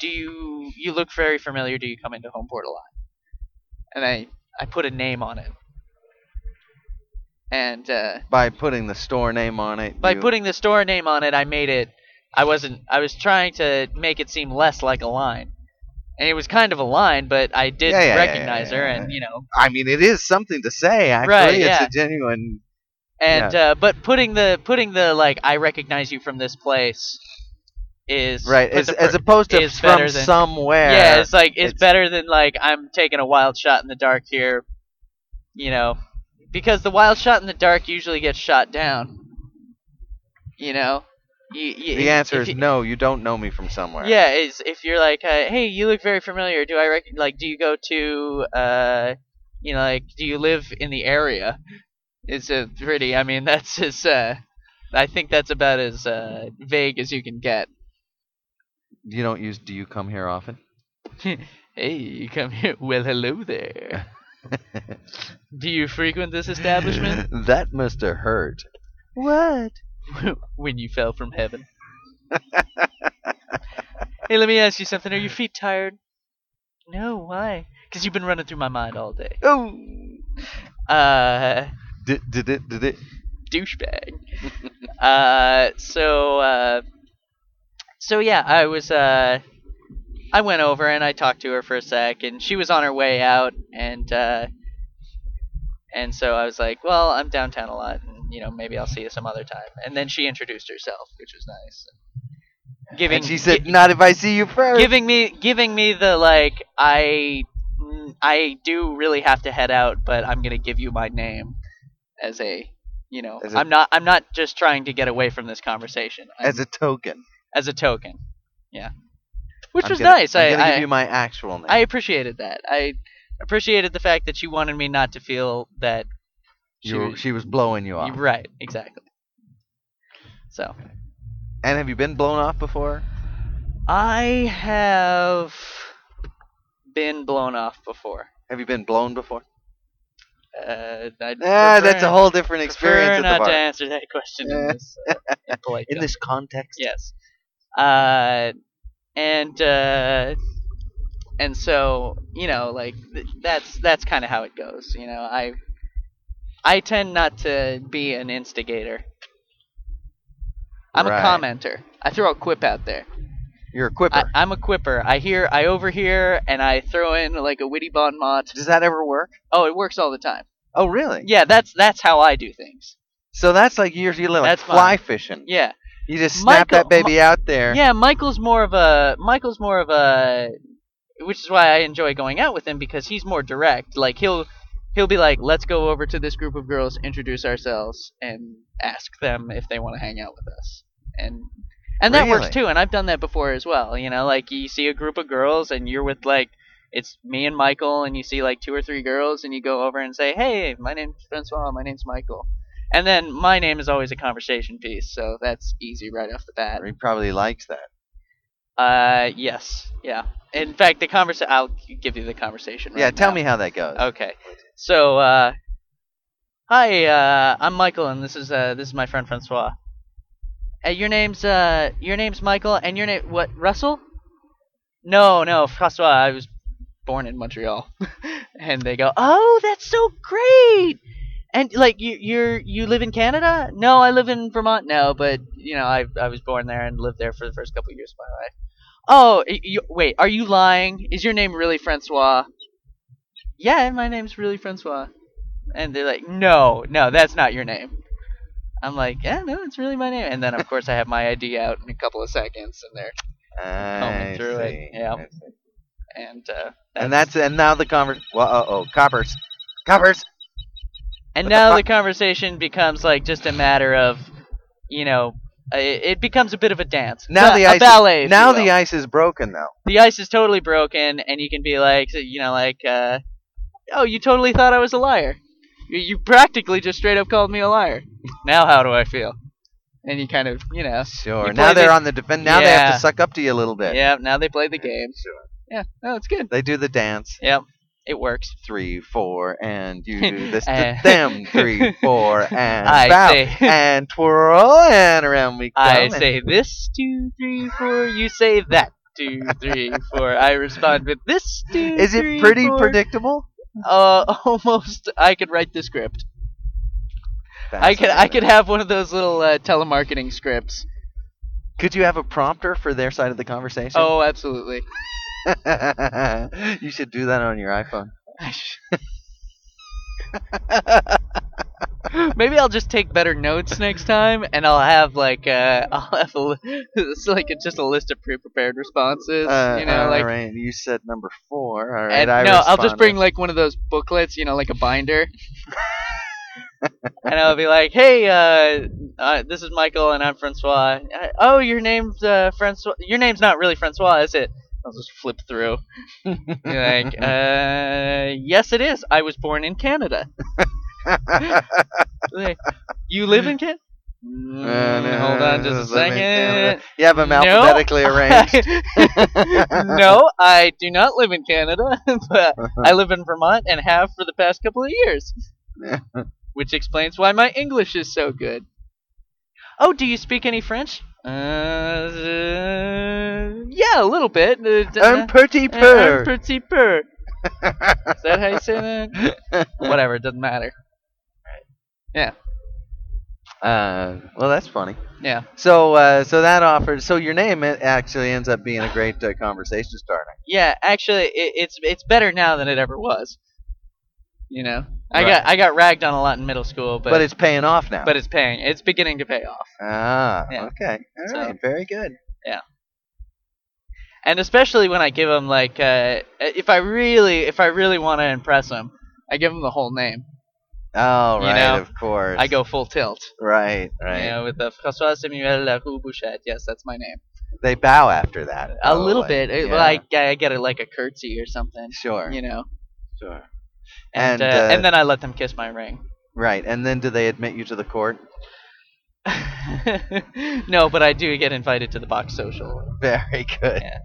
Do you? You look very familiar. Do you come into Homeport a lot? And I I put a name on it. And uh,
By putting the store name on it.
by
you-
putting the store name on it, I made it. I wasn't. I was trying to make it seem less like a line, and it was kind of a line, but I did
Yeah, yeah, yeah, yeah,
recognize her,
yeah,
and
yeah.
you know,
I mean, it is something to say. Actually,
Right,
it's
yeah.
a genuine.
and uh, but putting the putting the like I recognize you from this place is
Right,
put
as,
the
as
per-
opposed to
is
from
better than-
somewhere.
yeah, it's like it's,
it's-
better than like I'm taking a wild shot in the dark here, you know, because the wild shot in the dark usually gets shot down. You know, you, you,
the
if-
answer
if
is
you-
no. You don't know me from somewhere.
Yeah, is if you're like, uh, hey, you look very familiar. Do I rec- like? Do you go to, uh, you know, like, do you live in the area? It's a pretty. I mean, that's as. Uh, I think that's about as uh, vague as you can get.
You don't use. Do you come here often?
Hey, you come here. Well, hello there. do you frequent this establishment?
that must have hurt.
What? when you fell from heaven. hey, let me ask you something. Are your feet tired? No, why? Because you've been running through my mind all day.
Oh,
Uh,
did, did it? Did it?
douchebag. uh, so, uh, so yeah, I was, uh, I went over and I talked to her for a sec, and she was on her way out, and, uh, and so I was like, well, I'm downtown a lot, and you know, maybe I'll see you some other time. And then she introduced herself, which was nice. Giving
and she said, "Not if I see you first.
giving me giving me the like I mm, I do really have to head out, but I'm gonna give you my name as a you know
As a-
i I'm not I'm not just trying to get away from this conversation I'm-
as a token.
as a token. Yeah, which
I'm
was
gonna-
nice.
I'm
I
gonna
I,
give you my actual name.
I appreciated that. I appreciated the fact that she wanted me not to feel that she
You were-
was-
she was blowing you off.
right exactly. So
And have you been blown off before?
I have been blown off before.
Have you been blown before?
Uh, I'd
Ah, that's
prefer-
a whole different
prefer
experience at
not
the
to
bar.
answer that question in
Yeah.
this uh, impolite
In
tone.
this context,
yes. Uh, and uh, and so you know, like th- that's that's kind of how it goes. You know, I I tend not to be an instigator. I'm
Right.
a commenter. I throw a quip out there.
you're a quipper.
I, I'm a quipper. I hear, I overhear, and I throw in like a witty bon mot.
Does that ever work?
Oh, it works all the time.
Oh, really?
Yeah, that's that's how I do things.
So that's like you're, you're like
That's
fly
mine.
fishing.
Yeah,
You just snap
Michael-
that baby out there.
yeah. Michael's more of a Michael's more of a, which is why I enjoy going out with him because he's more direct. Like he'll he'll be like, let's go over to this group of girls, introduce ourselves, and ask them if they want to hang out with us. And and that works
Really?
too. And I've done that before as well. You know, like you see a group of girls and you're with like. It's me and Michael, and you see like two or three girls, and you go over and say, "Hey, my name's Francois. My name's Michael." And then my name is always a conversation piece, so that's easy right off the bat.
He probably likes that.
Uh, yes, yeah. In fact, the conversa- I'll give you the conversation. Right
yeah, tell
now.
me how that goes.
Okay, so uh, hi, uh, I'm Michael, and this is uh, this is my friend Francois. Uh, your name's uh, your name's Michael, and your name what? Russell? No, no, Francois. I was born in Montreal, and they go, oh, that's so great. And like you, you're you live in Canada? No, I live in Vermont now, but you know I I was born there and lived there for the first couple of years of my life. Oh, y you, wait, are you lying? Is your name really Francois? yeah, my name's really Francois. And they're like, no, no, that's not your name. I'm like, yeah, no, it's really my name. And then, of course, I have my ID out in a couple of seconds, and there,
I
through it,
see,
yeah.
I see.
and uh,
And that's and now the convers. Well, uh oh, coppers, coppers.
and
What the
now the
fuck?
conversation becomes like just a matter of, you know, uh, it, it becomes a bit of a dance.
Now
Ba-
the
a
ice. is-
ballet. if
now
you will.
the ice is broken though.
the ice is totally broken, and you can be like, you know, like, uh, oh, you totally thought I was a liar. You, you practically just straight up called me a liar. now how do I feel? And you kind of, you know,
Sure.
You
Now
play
they're
the-
on the defend. Now they have
Yeah.
to suck up to you a little bit.
yeah. Now they play the game. Yeah, no, it's good.
They do the dance.
Yep, it works.
Three, four, and you do this to
And-
them. Three, four, and
I
bow
say-
and twirl and around we go.
I
and-
say this, two, three, four. You say that, two, three, four. I respond with this, two,
Is
three,
it pretty
four.
predictable?
Uh, almost. I could write the script. I could. I
Fascinating.
could have one of those little uh, telemarketing scripts.
Could you have a prompter for their side of the conversation?
Oh, absolutely.
you should do that on your iPhone.
Maybe I'll just take better notes next time, and I'll have like uh, I'll have a, li- it's like it's just a list of pre-prepared responses.
Uh,
you know, like
all right, you said number four. All right,
And-
I
no, I'll just
responded.
bring like one of those booklets, you know, like a binder. and I'll be like, "Hey, uh, uh, this is Michael, and I'm Francois. Uh, oh, your name's uh, Francois. Your name's not really Francois, is it?" I'll just flip through. You're like, uh, yes, it is. I was born in Canada. Like, you live in Canada?
no,
hold on, just a
just live in Canada.
second.
you have them
No,
alphabetically arranged.
no, I do not live in Canada, but I live in Vermont and have for the past couple of years. Which explains why my English is so good. Oh, do you speak any French? Uh, uh, yeah, a little bit. Uh, d-
Un petit
uh, un
peu.
petit peu. Is that how you say that? Whatever, it doesn't matter.
Uh, well, that's funny.
Yeah.
So, uh, so that offers. So your name a- actually ends up being a great uh, conversation starter.
Yeah, actually, it, it's it's better now than it ever was. You know, I got I got ragged on a lot in middle school, but
But, it's paying off now.
but it's paying. It's beginning to pay off,
ah,
Yeah.
okay. All
So-
right. Very good.
and especially when I give them like uh, if I really if I really want to impress them, I give them the whole name.
Oh,
You
right.
know,
of course.
I go full tilt.
Right. Right.
You know, with the François Samuel Larue Bouchette. Yes, that's my name.
They bow after that.
A little
probably.
bit. It,
Oh, Yeah.
Like I get it like a curtsy or something.
Sure.
You know,
Sure.
and
And,
uh,
uh,
and then I let them kiss my ring.
Right. And then do they admit you to the court?
no, but I do get invited to the box social.
Very good.
Yeah.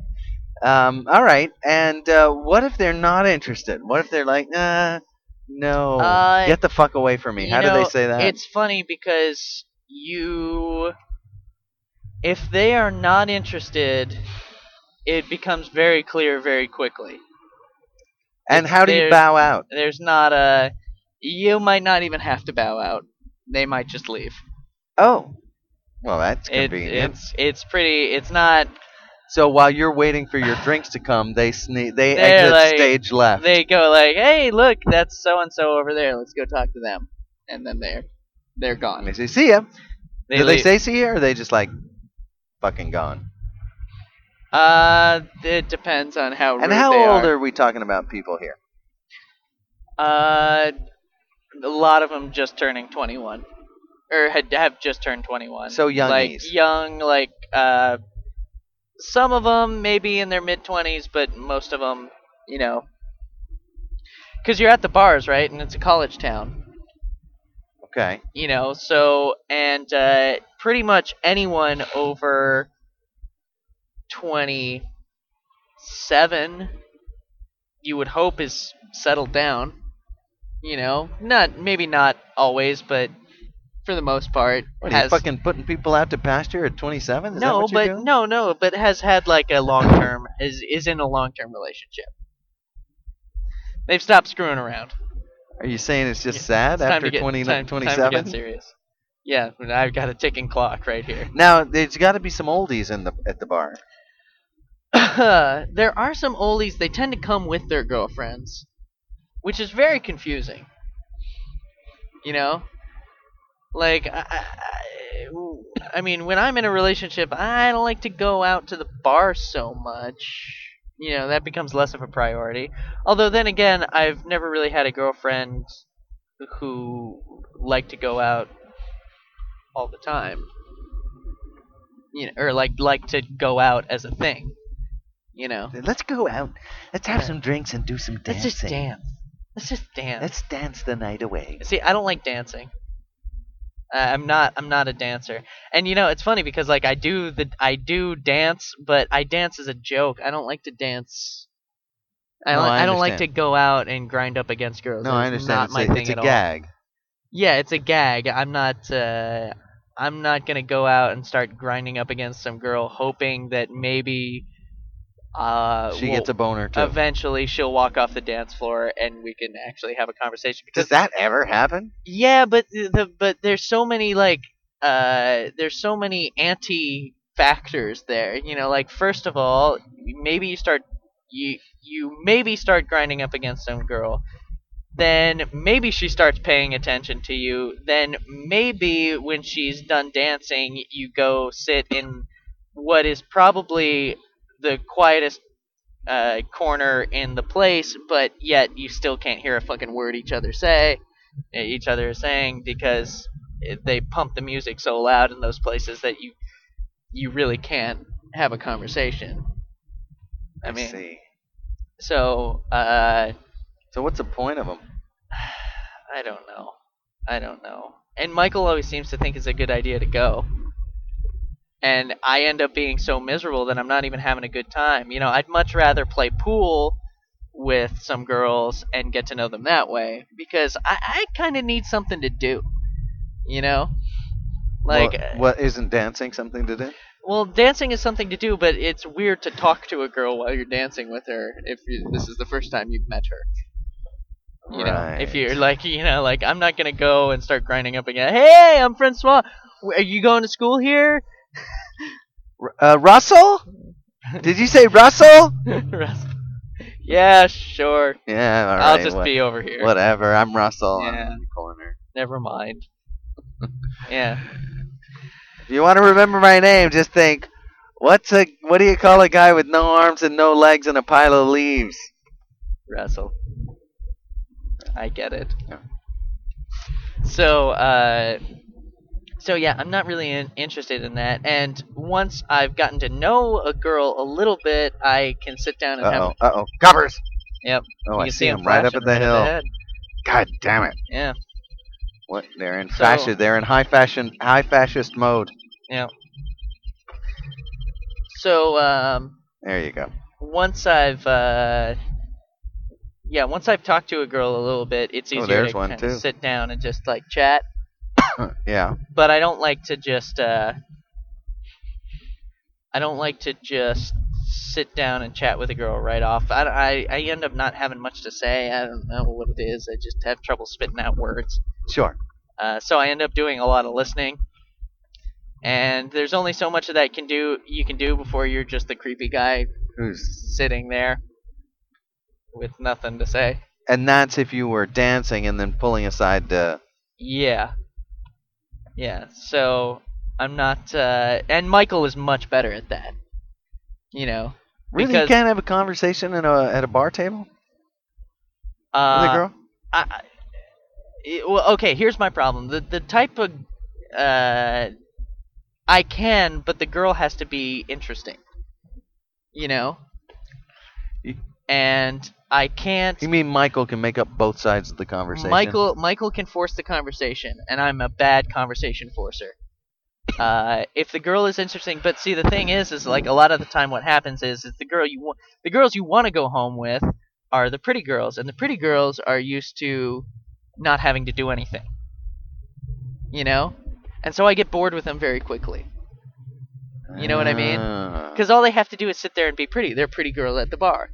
Um, all right. And uh, what if they're not interested? What if they're like, uh, no,
Uh,
get the fuck away from me?
you
How do
know,
they say that?
It's funny because you, if they are not interested, it becomes very clear very quickly.
and how do you
they're-
bow out?
There's not a, you might not even have to bow out. They might just leave.
Oh, well, that's
It,
convenient.
it's it's pretty. It's not.
so while you're waiting for your drinks to come, they sne- they
They're
exit
like-
stage left.
They go like, hey, look, that's so and so over there. Let's go talk to them, and then they're they're
and
gone.
they say, see ya. do
leave.
they say see ya, or are they just like fucking gone?
Uh, it depends on how.
And
rude
how
they
old
are.
are we talking about people here?
Uh, a lot of them just turning 21, or had have just turned 21.
So youngies.
like young, like uh, some of them maybe in their mid 20s, but most of them, you know, because you're at the bars, right? And it's a college town,
Okay.
you know. So and uh, pretty much anyone over 27, you would hope is settled down. You know, not maybe not always, but for the most part,
What are you
has
fucking putting people out to pasture at 27? Is that
no,
what
but
you're doing?
no, no, but has had like a long term is is in a long term relationship. They've stopped screwing around.
Are you saying it's just
Yeah,
sad
It's time
after
to get,
20,
time, time to get
27?
serious. Yeah, but I've got a ticking clock right here.
now there's got to be some oldies in the at the bar.
there are some oldies. They tend to come with their girlfriends, which is very confusing. You know, like I, I- I mean, when I'm in a relationship, I don't like to go out to the bar so much. You know, that becomes less of a priority. Although then again, I've never really had a girlfriend who liked to go out all the time. You know, or like like to go out as a thing you know.
Let's go out. Let's have some drinks and do some dancing.
Let's just dance. Let's just dance.
Let's dance the night away.
See, I don't like dancing. Uh, I'm not. I'm not a dancer. And you know, it's funny because like I do the I do dance, but I dance as a joke. I don't like to dance. I
No,
don't,
I
I, don't like to
understand.
go out and grind up against girls.
No, I
That's
understand.
Not
It's
my
a,
thing
it's a
at all.
gag.
Yeah, it's a gag. I'm not. Uh, I'm not gonna go out and start grinding up against some girl, hoping that maybe uh,
she
we'll-
gets a boner too.
eventually she'll walk off the dance floor and we can actually have a conversation because
Does that ever happen?
yeah but the, the but there's so many like uh there's so many anti factors there you know like first of all maybe you start you you maybe start grinding up against some girl then maybe she starts paying attention to you then maybe when she's done dancing you go sit in what is probably the quietest uh, corner in the place but yet you still can't hear a fucking word each other say e, each other is saying because it, they pump the music so loud in those places that you you really can't have a conversation. I mean,
see.
so uh,
So what's the point of them?
I don't know, I don't know. And Michael always seems to think it's a good idea to go, and I end up being so miserable that I'm not even having a good time. You know, I'd much rather play pool with some girls and get to know them that way because I, I kind of need something to do. You know, like
what,
uh,
what isn't dancing something to do?
Well, dancing is something to do, but it's weird to talk to a girl while you're dancing with her if you, this is the first time you've met her. You know, if
Right.
you're like, you know, like I'm not gonna go and start grinding up again. Hey, I'm Francois. W- Are you going to school here,
R- Uh, Russell? Did you say Russell?
Russ? Yeah, sure.
Yeah, all
I'll
right,
just
what-
be over here.
Whatever. I'm Russell. I'm
Yeah.
in the corner.
Never mind. yeah.
If you want to remember my name, just think, what's a what do you call a guy with no arms and no legs and a pile of leaves?
Russell. I get it.
Yeah.
So, uh, so yeah, I'm not really in- interested in that. And once I've gotten to know a girl a little bit, I can sit down and
Uh
have.
oh. Uh oh. Coppers.
Yep.
Oh,
you
I
can
see
'em
him right up
flashing
at the hill.
head.
God damn it.
Yeah.
What? They're in
So-
fashion. They're in high fashion, high fascist mode.
So, um,
There you go.
once I've, uh, yeah, once I've talked to a girl a little bit, it's
Oh,
easier
there's
to
one,
kinda
too.
sit down and just like chat.
Yeah.
but I don't like to just uh, I don't like to just sit down and chat with a girl right off. I, I, I end up not having much to say. I don't know what it is. I just have trouble spitting out words.
Sure.
Uh, so I end up doing a lot of listening. And there's only so much of that can do you can do before you're just the creepy guy
Who's
sitting there with nothing to say.
and that's if you were dancing and then pulling aside the
Yeah. Yeah, so I'm not uh and Michael is much better at that. You know.
Really,
Because-
you can't have a conversation at a at a bar table
Uh
with a girl.
I, I- it- well okay, here's my problem. The the type of uh I can, but the girl has to be interesting. You know?
You-
And I can't
You mean Michael can make up both sides of the conversation?
Michael Michael can force the conversation, and I'm a bad conversation forcer. Uh, if the girl is interesting, but see the thing is, is like a lot of the time what happens is, is the girl you want, the girls you want to go home with are the pretty girls, and the pretty girls are used to not having to do anything, you know, and so I get bored with them very quickly you know what I mean?
Ah.
because all they have to do is sit there and be pretty. They're pretty girl at the bar,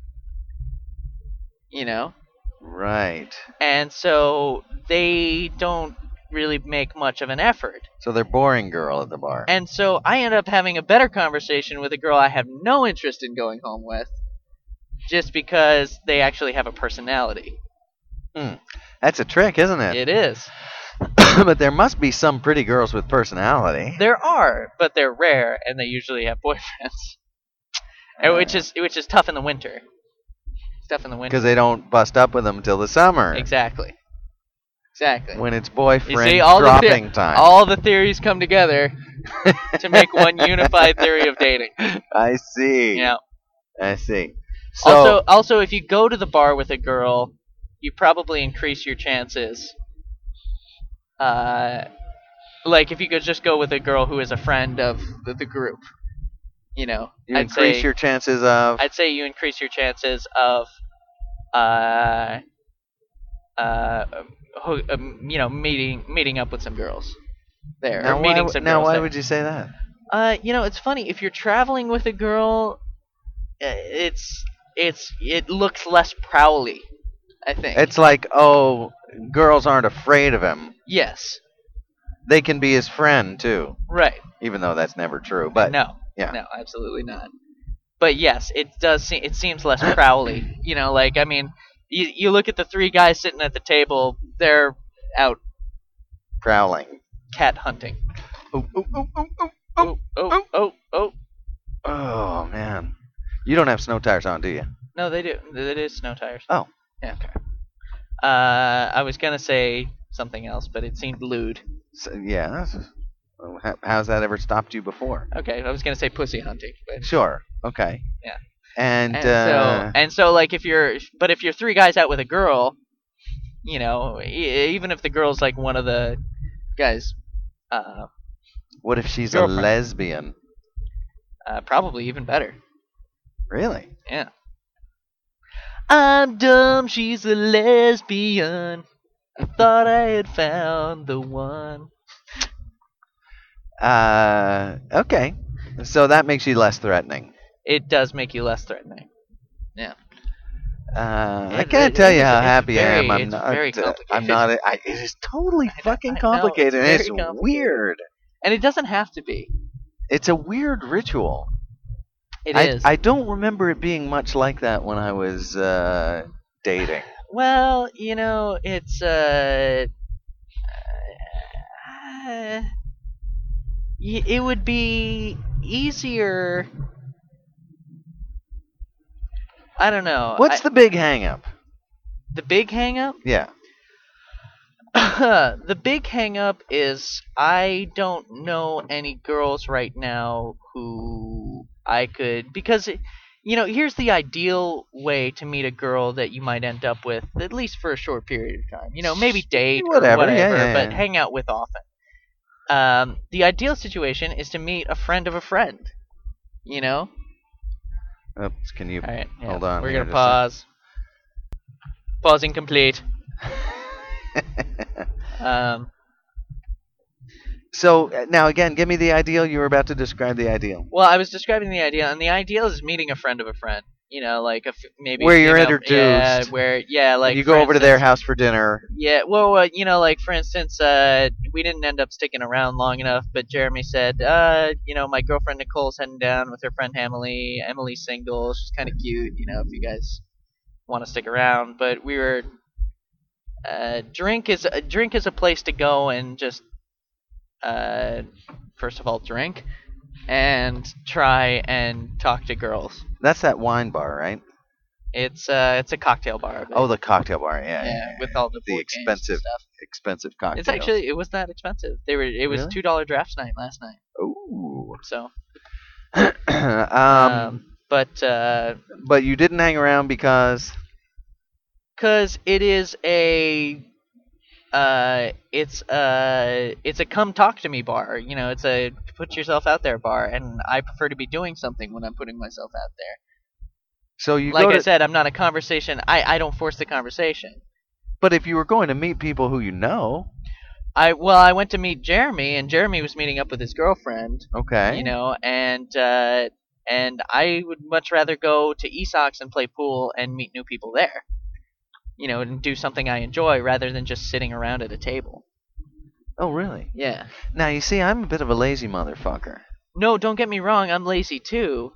you know.
Right.
and so they don't really make much of an effort.
So they're boring girl at the bar.
And so I end up having a better conversation with a girl I have no interest in going home with just because they actually have a personality.
That's a trick, isn't it?
It is.
but there must be some pretty girls with personality.
There are, but they're rare and they usually have boyfriends. And which is which is tough in the winter. It's tough in the winter.
Because they don't bust up with them till the summer.
Exactly. Exactly.
When it's boyfriend
see, all the thi-
dropping time.
All the theories come together to make one unified theory of dating.
I see.
You know.
I see. So,
Also, also, if you go to the bar with a girl, you probably increase your chances. Uh, like if you could just go with a girl who is a friend of the, the group, you know,
you
I'd
increase
say
your chances of.
I'd say you increase your chances of, uh, uh, ho- um, you know, meeting meeting up with some girls there
now,
or
why,
meeting
w-
some
now
girls
why
there.
would you say that?
Uh, you know, it's funny if you're traveling with a girl, uh, it's it's it looks less prowly. I think
It's like, oh, girls aren't afraid of him.
yes,
They can be his friend too,
right.
even though that's never true. But
no,
yeah.
no, absolutely not. But yes, it does. seem it seems less prowly. You know, like I mean, you you look at the three guys sitting at the table. They're out
prowling.
cat hunting.
Ooh, ooh, ooh, ooh, ooh.
Oh oh oh oh.
Oh man, you don't have snow tires on, do you?
No, they do. It is snow tires.
Oh.
Yeah. Okay. Uh, I was gonna say something else, but it seemed lewd.
So, yeah. that's just- well, ho- how's that ever stopped you before?
Okay, I was gonna say pussy hunting, but
Sure. Okay.
Yeah.
And,
and
uh,
so and so like if you're but if you're three guys out with a girl, you know, e- even if the girl's like one of the guys, uh,
what if she's
girlfriend.
a lesbian?
uh probably even better.
Really?
Yeah. I'm dumb. She's a lesbian. I thought I had found the one.
Uh, okay. So that makes you less threatening.
It does make you less threatening.
Uh, I
It-
can't
it-
tell you
it's-
how
it's
happy I am.
very-
I'm
it's
not.
very
uh, I'm
complicated.
not. I, it is totally
I
fucking
know, it's
complicated. and It's,
very complicated.
weird.
And it doesn't have to be.
It's a weird ritual.
It
I,
is.
I don't remember it being much like that when I was uh, dating.
Well, you know, it's uh, uh, y- it would be easier. I don't know.
What's
I-
the big hang up?
the big hang up?
Yeah.
the big hang up is I don't know any girls right now who I could because it, you know here's the ideal way to meet a girl that you might end up with at least for a short period of time you know maybe date
Whatever,
or whatever
yeah, yeah,
but
yeah.
hang out with often um, the ideal situation is to meet a friend of a friend you know
Oops, can you?
all right yeah,
Hold on,
we're
we
gonna
gotta
pause pausing complete um,
so uh, now again, give me the ideal. You were about to describe the ideal.
Well, I was describing the ideal, and the ideal is meeting a friend of a friend. You know, like a f- maybe
Where you're
female- Yeah,
introduced.
where yeah, like
you go
for
over to their
instance-
house for dinner.
Yeah, well, uh, you know, like for instance, uh, we didn't end up sticking around long enough, but Jeremy said, uh, you know, my girlfriend Nicole's heading down with her friend Emily. Emily's single. She's kind of cute. You know, if you guys want to stick around, but we were. Uh, drink is a drink is a place to go and just uh, first of all drink and try and talk to girls.
That's that wine bar, right?
It's uh it's a cocktail bar. but-
Oh, the cocktail bar. Yeah, yeah,
yeah, with all the
the
board games and
expensive
stuff.
expensive cocktail.
It's actually it was that expensive. They were it was
Really?
two dollar drafts night last night.
Ooh.
So
um,
um, but uh
but you didn't hang around because
cuz it is a uh it's uh it's a come talk to me bar. You know, it's a put yourself out there bar and I prefer to be doing something when I'm putting myself out there.
so you
like
go
I
to,
said, I'm not a conversation. I I don't force the conversation.
but if you were going to meet people who you know,
I well, I went to meet Jeremy, and Jeremy was meeting up with his girlfriend,
okay,
you know, and uh, and I would much rather go to E Esox and play pool and meet new people there, you know, and do something I enjoy rather than just sitting around at a table.
Oh, really?
Yeah.
Now you see, I'm a bit of a lazy motherfucker.
No, don't get me wrong, I'm lazy too.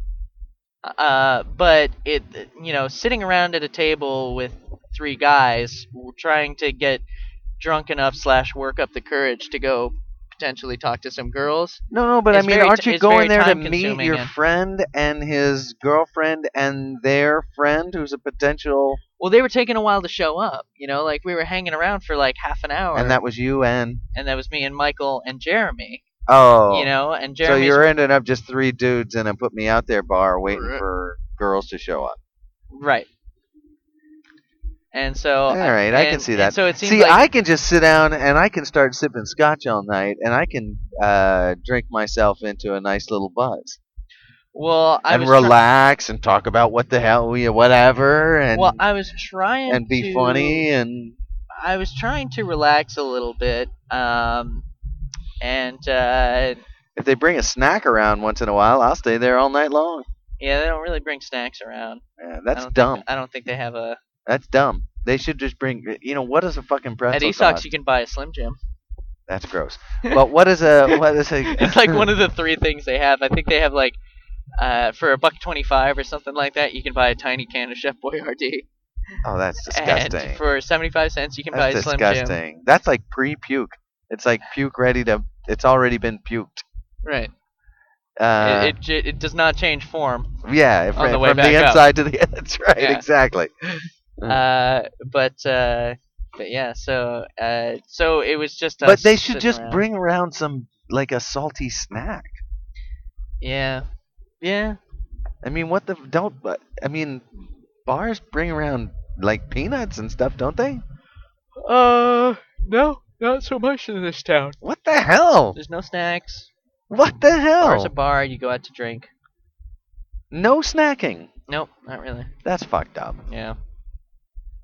Uh, but it, you know, sitting around at a table with three guys w- trying to get drunk enough slash work up the courage to go potentially talk to some girls.
No, no, but
It's
I mean,
very
aren't
t-
you
it's very
going there to meet
time-consuming
your
and-
friend and his girlfriend and their friend, who's a potential,
Well, they were taking a while to show up. You know, like we were hanging around for like half an hour,
and that was you and
and that was me and Michael and Jeremy.
oh,
You know, and
so
Jeremy.
you're ending up just three dudes in a put me out there bar waiting
Right.
for girls to show up.
right. And so.
All right, I can
and-
see
and
that.
so it seems
See,
like
I can just sit down and I can start sipping scotch all night, and I can uh, drink myself into a nice little buzz
well, I
and
was try-
relax and talk about what the hell we whatever and
well, I was trying
and be
to-
funny and
I was trying to relax a little bit, um, and uh,
if they bring a snack around once in a while, I'll stay there all night long.
yeah, they don't really bring snacks around.
Yeah,
I
that's
don't
dumb.
I don't think they have a.
That's dumb. They should just bring. You know what is a fucking pretzel?
At Esox,
cost?
you can buy a Slim Jim.
That's gross. but what is a what is a?
it's like one of the three things they have. I think they have like uh, for a buck twenty-five or something like that, you can buy a tiny can of Chef Boyardee,
Oh, that's
and
disgusting.
for seventy-five cents, you can buy a
That's
Slim Jim.
disgusting. That's like pre-puke. It's like puke ready to. It's already been puked.
Right.
Uh,
it, it j- it does not change form.
yeah, if-
on the
from
way
the
back up.
inside to the. That's right.
Yeah.
Exactly. Hmm.
Uh, but uh, but yeah, so uh, so it was just.
But
us
they should
sitting
just
around.
bring around some like a salty snack.
Yeah. Yeah.
I mean, what the don't? but- I mean, bars bring around like peanuts and stuff, don't they?
Uh, no, not so much in this town.
What the hell?
There's no snacks.
What the
Bar's a
hell?
bar. You go out to drink.
No snacking.
Nope, not really.
That's fucked up.
Yeah.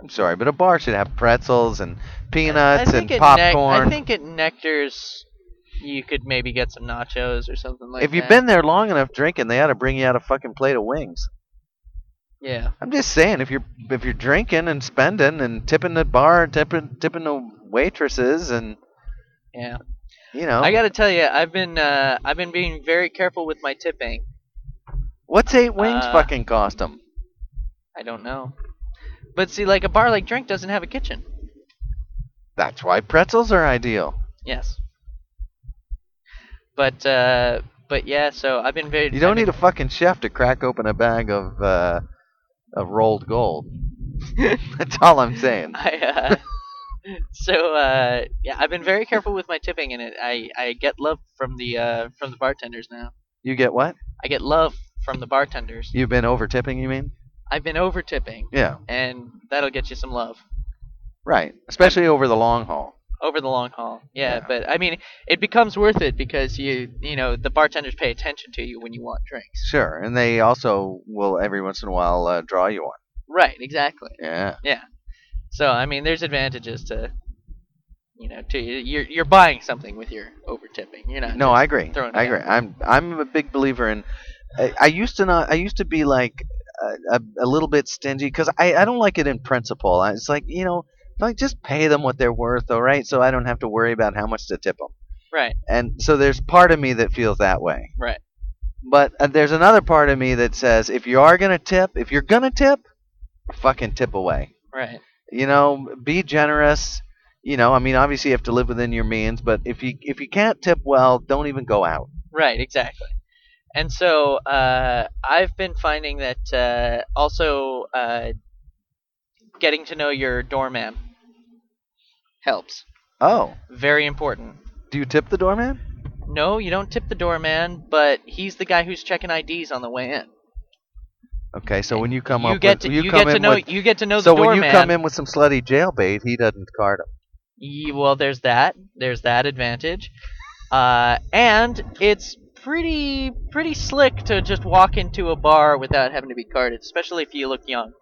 I'm sorry, but a bar should have pretzels and peanuts
I think
and
at Nec-
popcorn.
I think at Nectar's, you could maybe get some nachos or something like
if
that.
you've been there long enough drinking, they ought to bring you out a fucking plate of wings.
yeah,
I'm just saying, if you're if you're drinking and spending and tipping the bar, tipping tipping the waitresses, and
yeah.
you know,
I gotta tell you, I've been uh, I've been being very careful with my tipping.
What's eight wings
Uh,
fucking cost them?
I don't know. But see, like a bar like drink doesn't have a kitchen.
That's why pretzels are ideal.
Yes. But uh, but yeah, so I've been very.
You don't
I've
need a fucking chef to crack open a bag of uh, of rolled gold. That's all I'm saying.
I, uh, so uh, yeah, I've been very careful with my tipping, and it, I I get love from the uh, from the bartenders now.
You get what?
I get love from the bartenders.
You've been over tipping, you mean?
I've been over tipping,
Yeah,
and that'll get you some love
right. Especially over the long haul.
over the long haul. Yeah,
Yeah.
but I mean, it becomes worth it because you you know the bartenders pay attention to you when you want drinks.
Sure, and they also will every once in a while uh, draw you one.
Right, exactly.
Yeah,
So I mean, there's advantages to you know to you're you're buying something with your over tipping. You're not
no, I agree.
throwing it
I agree.
out.
I'm I'm a big believer in. I, I used to not. I used to be like a, a, a little bit stingy because I I don't like it in principle. I, it's like you know, like just pay them what they're worth, all right? So I don't have to worry about how much to tip them.
right.
And so there's part of me that feels that way.
Right.
But uh, there's another part of me that says if you are going to tip, if you're going to tip, fucking tip away.
Right.
You know, be generous. You know, I mean obviously you have to live within your means, but if you if you can't tip well, don't even go out.
Right, exactly. And so uh, I've been finding that uh, also uh, getting to know your doorman helps.
Oh,
Very important.
do you tip the doorman?
No, you don't tip the doorman, but he's the guy who's checking IDs on the way in.
Okay, so when you come
you
up
get
with,
to
you,
you
come
get to
in
know
with,
you get to know the
so when
doorman.
you come in with some slutty jailbait, he doesn't card him.
Ye- well, there's that. There's that advantage. Uh, and it's pretty pretty slick to just walk into a bar without having to be carded, especially if you look young.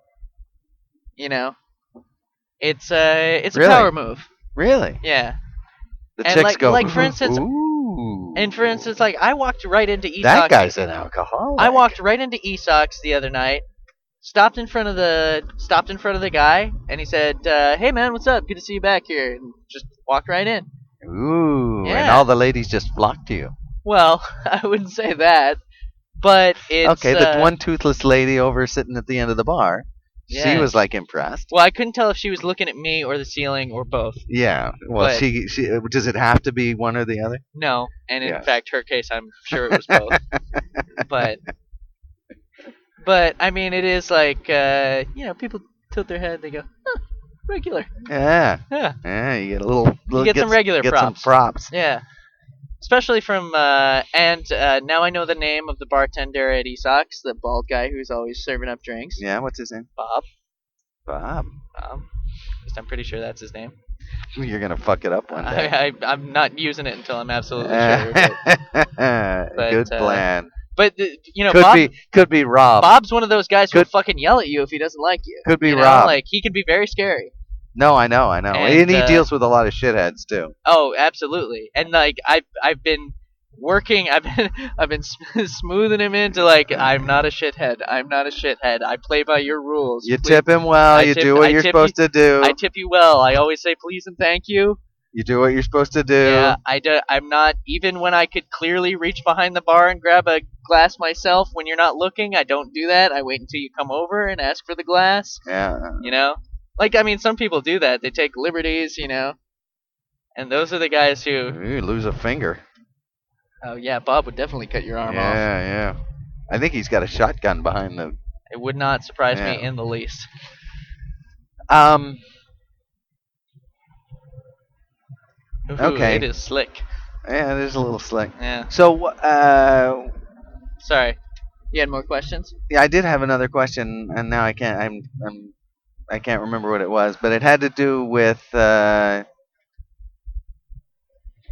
You know, it's a it's
Really?
a power move.
Really?
Yeah.
The
And
chicks
like-
go.
like, for instance-
Ooh.
And for instance, like I walked right into Esox.
that guy's an alcoholic.
I walked right into Esox the other night. Stopped in front of the stopped in front of the guy, and he said, uh, "Hey man, what's up? Good to see you back here." And just walked right in.
Ooh, and
Yeah.
all the ladies just flocked to you.
Well, I wouldn't say that, but it's
okay,
uh,
the one toothless lady over sitting at the end of the bar, she
Yeah.
was like impressed.
Well, I couldn't tell if she was looking at me or the ceiling or both.
Yeah, well,
But-
she she does it have to be one or the other?
No, and in
Yeah.
fact, her case, I'm sure it was both. but, but I mean, it is like uh, you know, people tilt their head, they go, huh, regular,
Yeah,
yeah,
yeah, you get a little, little
get some regular
get
props.
some props.
yeah. Especially from uh, and uh, now I know the name of the bartender at Esox, the bald guy who's always serving up drinks,
Yeah, what's his name?
Bob.
Bob.
Um, at least I'm pretty sure that's his name.
You're gonna fuck it up one day.
I, I, I'm not using it until I'm absolutely sure. But, but,
Good
uh,
plan.
but th- you know,
could
Bob,
be, could be Rob.
Bob's one of those guys who'll
could-
fucking yell at you if he doesn't like you.
could be
you know?
Rob.
Like he can be very scary.
no, I know, I know, and,
And,
he
uh,
deals with a lot of shitheads too.
Oh, absolutely. And like I, I've been working. I've been, I've been sm- smoothing him into like I'm not a shithead. I'm not a shithead. I play by your rules.
You
Please-
tip him well.
I
you
tip-
do what
I
you're
tip
supposed to do.
I tip you well. I always say please and thank you.
you do what you're supposed to do.
Yeah, I do, I'm not even when I could clearly reach behind the bar and grab a glass myself when you're not looking. I don't do that. I wait until you come over and ask for the glass.
Yeah.
you know like i mean some people do that they take liberties you know and those are the guys who
Ooh, lose a finger.
oh yeah bob would definitely cut your arm off
yeah, yeah. I think he's got a shotgun behind the.
it would not surprise me
Yeah.
in the least
Um.
Ooh,
Okay.
it is slick
Yeah, there's a little slick.
yeah
So, wh- uh,
sorry you had more questions
yeah, I did have another question, and now I can't. I'm. I'm. I can't remember what it was, but it had to do with. Uh,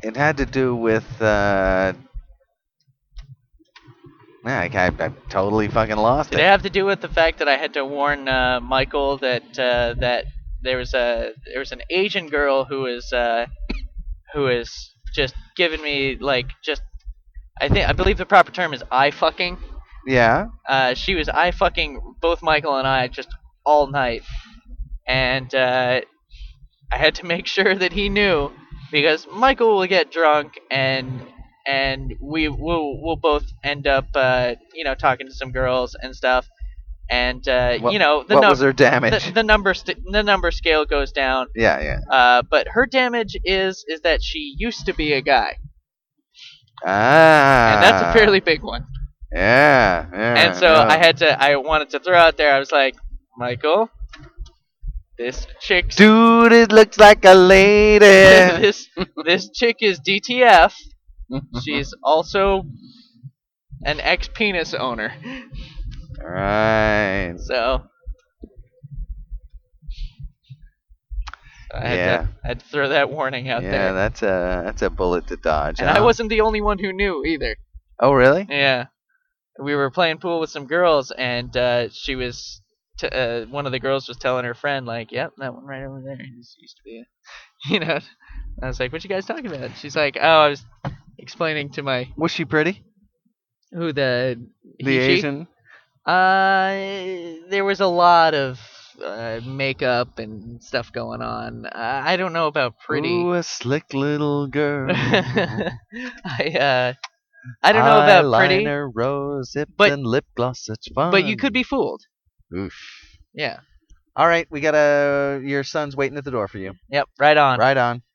it had to do with. Uh, yeah, I, I, I totally fucking lost
did it have to do with the fact that i had to warn uh, michael that uh, that there was a there was an asian girl who was uh, who was just giving me like just i think i believe the proper term is eye fucking
Yeah.
uh, she was eye fucking both Michael and I just all night, and uh, I had to make sure that he knew because Michael will get drunk and and we will we'll both end up uh, you know talking to some girls and stuff, and uh,
What-
you know the,
what
num-
was her damage?
the, the number st- the number scale goes down.
yeah, yeah.
Uh, but her damage is is that she used to be a guy,
Ah.
and that's a fairly big one.
Yeah, yeah.
And so
yeah.
I had to, I wanted to throw out there. I was like, Michael, this chick's,
Dude, it looks like a lady.
this this chick is DTF. She's also an ex penis owner.
right.
So I had,
Yeah.
to, I had to throw that warning out
yeah,
there.
that's a that's a bullet to dodge.
and I
huh?
wasn't the only one who knew either.
Oh, really?
Yeah, we were playing pool with some girls, and uh, she was t- uh, one of the girls was telling her friend like, "Yep, that one right over there. He just used to be a, you know." I was like, "What you guys talking about?" She's like, "Oh, I was explaining to my
Was she pretty?
who the he,
The
she?"
Asian?
Uh, there was a lot of uh, makeup and stuff going on. Uh, I don't know about pretty.
Ooh, a slick little girl.
I uh, I don't know about pretty,
Eyeliner, rose lips,
but-
and lip gloss, such fun.
but you could be fooled.
Oof.
Yeah.
All right, we got a. Your uh, son's waiting at the door for you.
Yep. Right on.
Right on.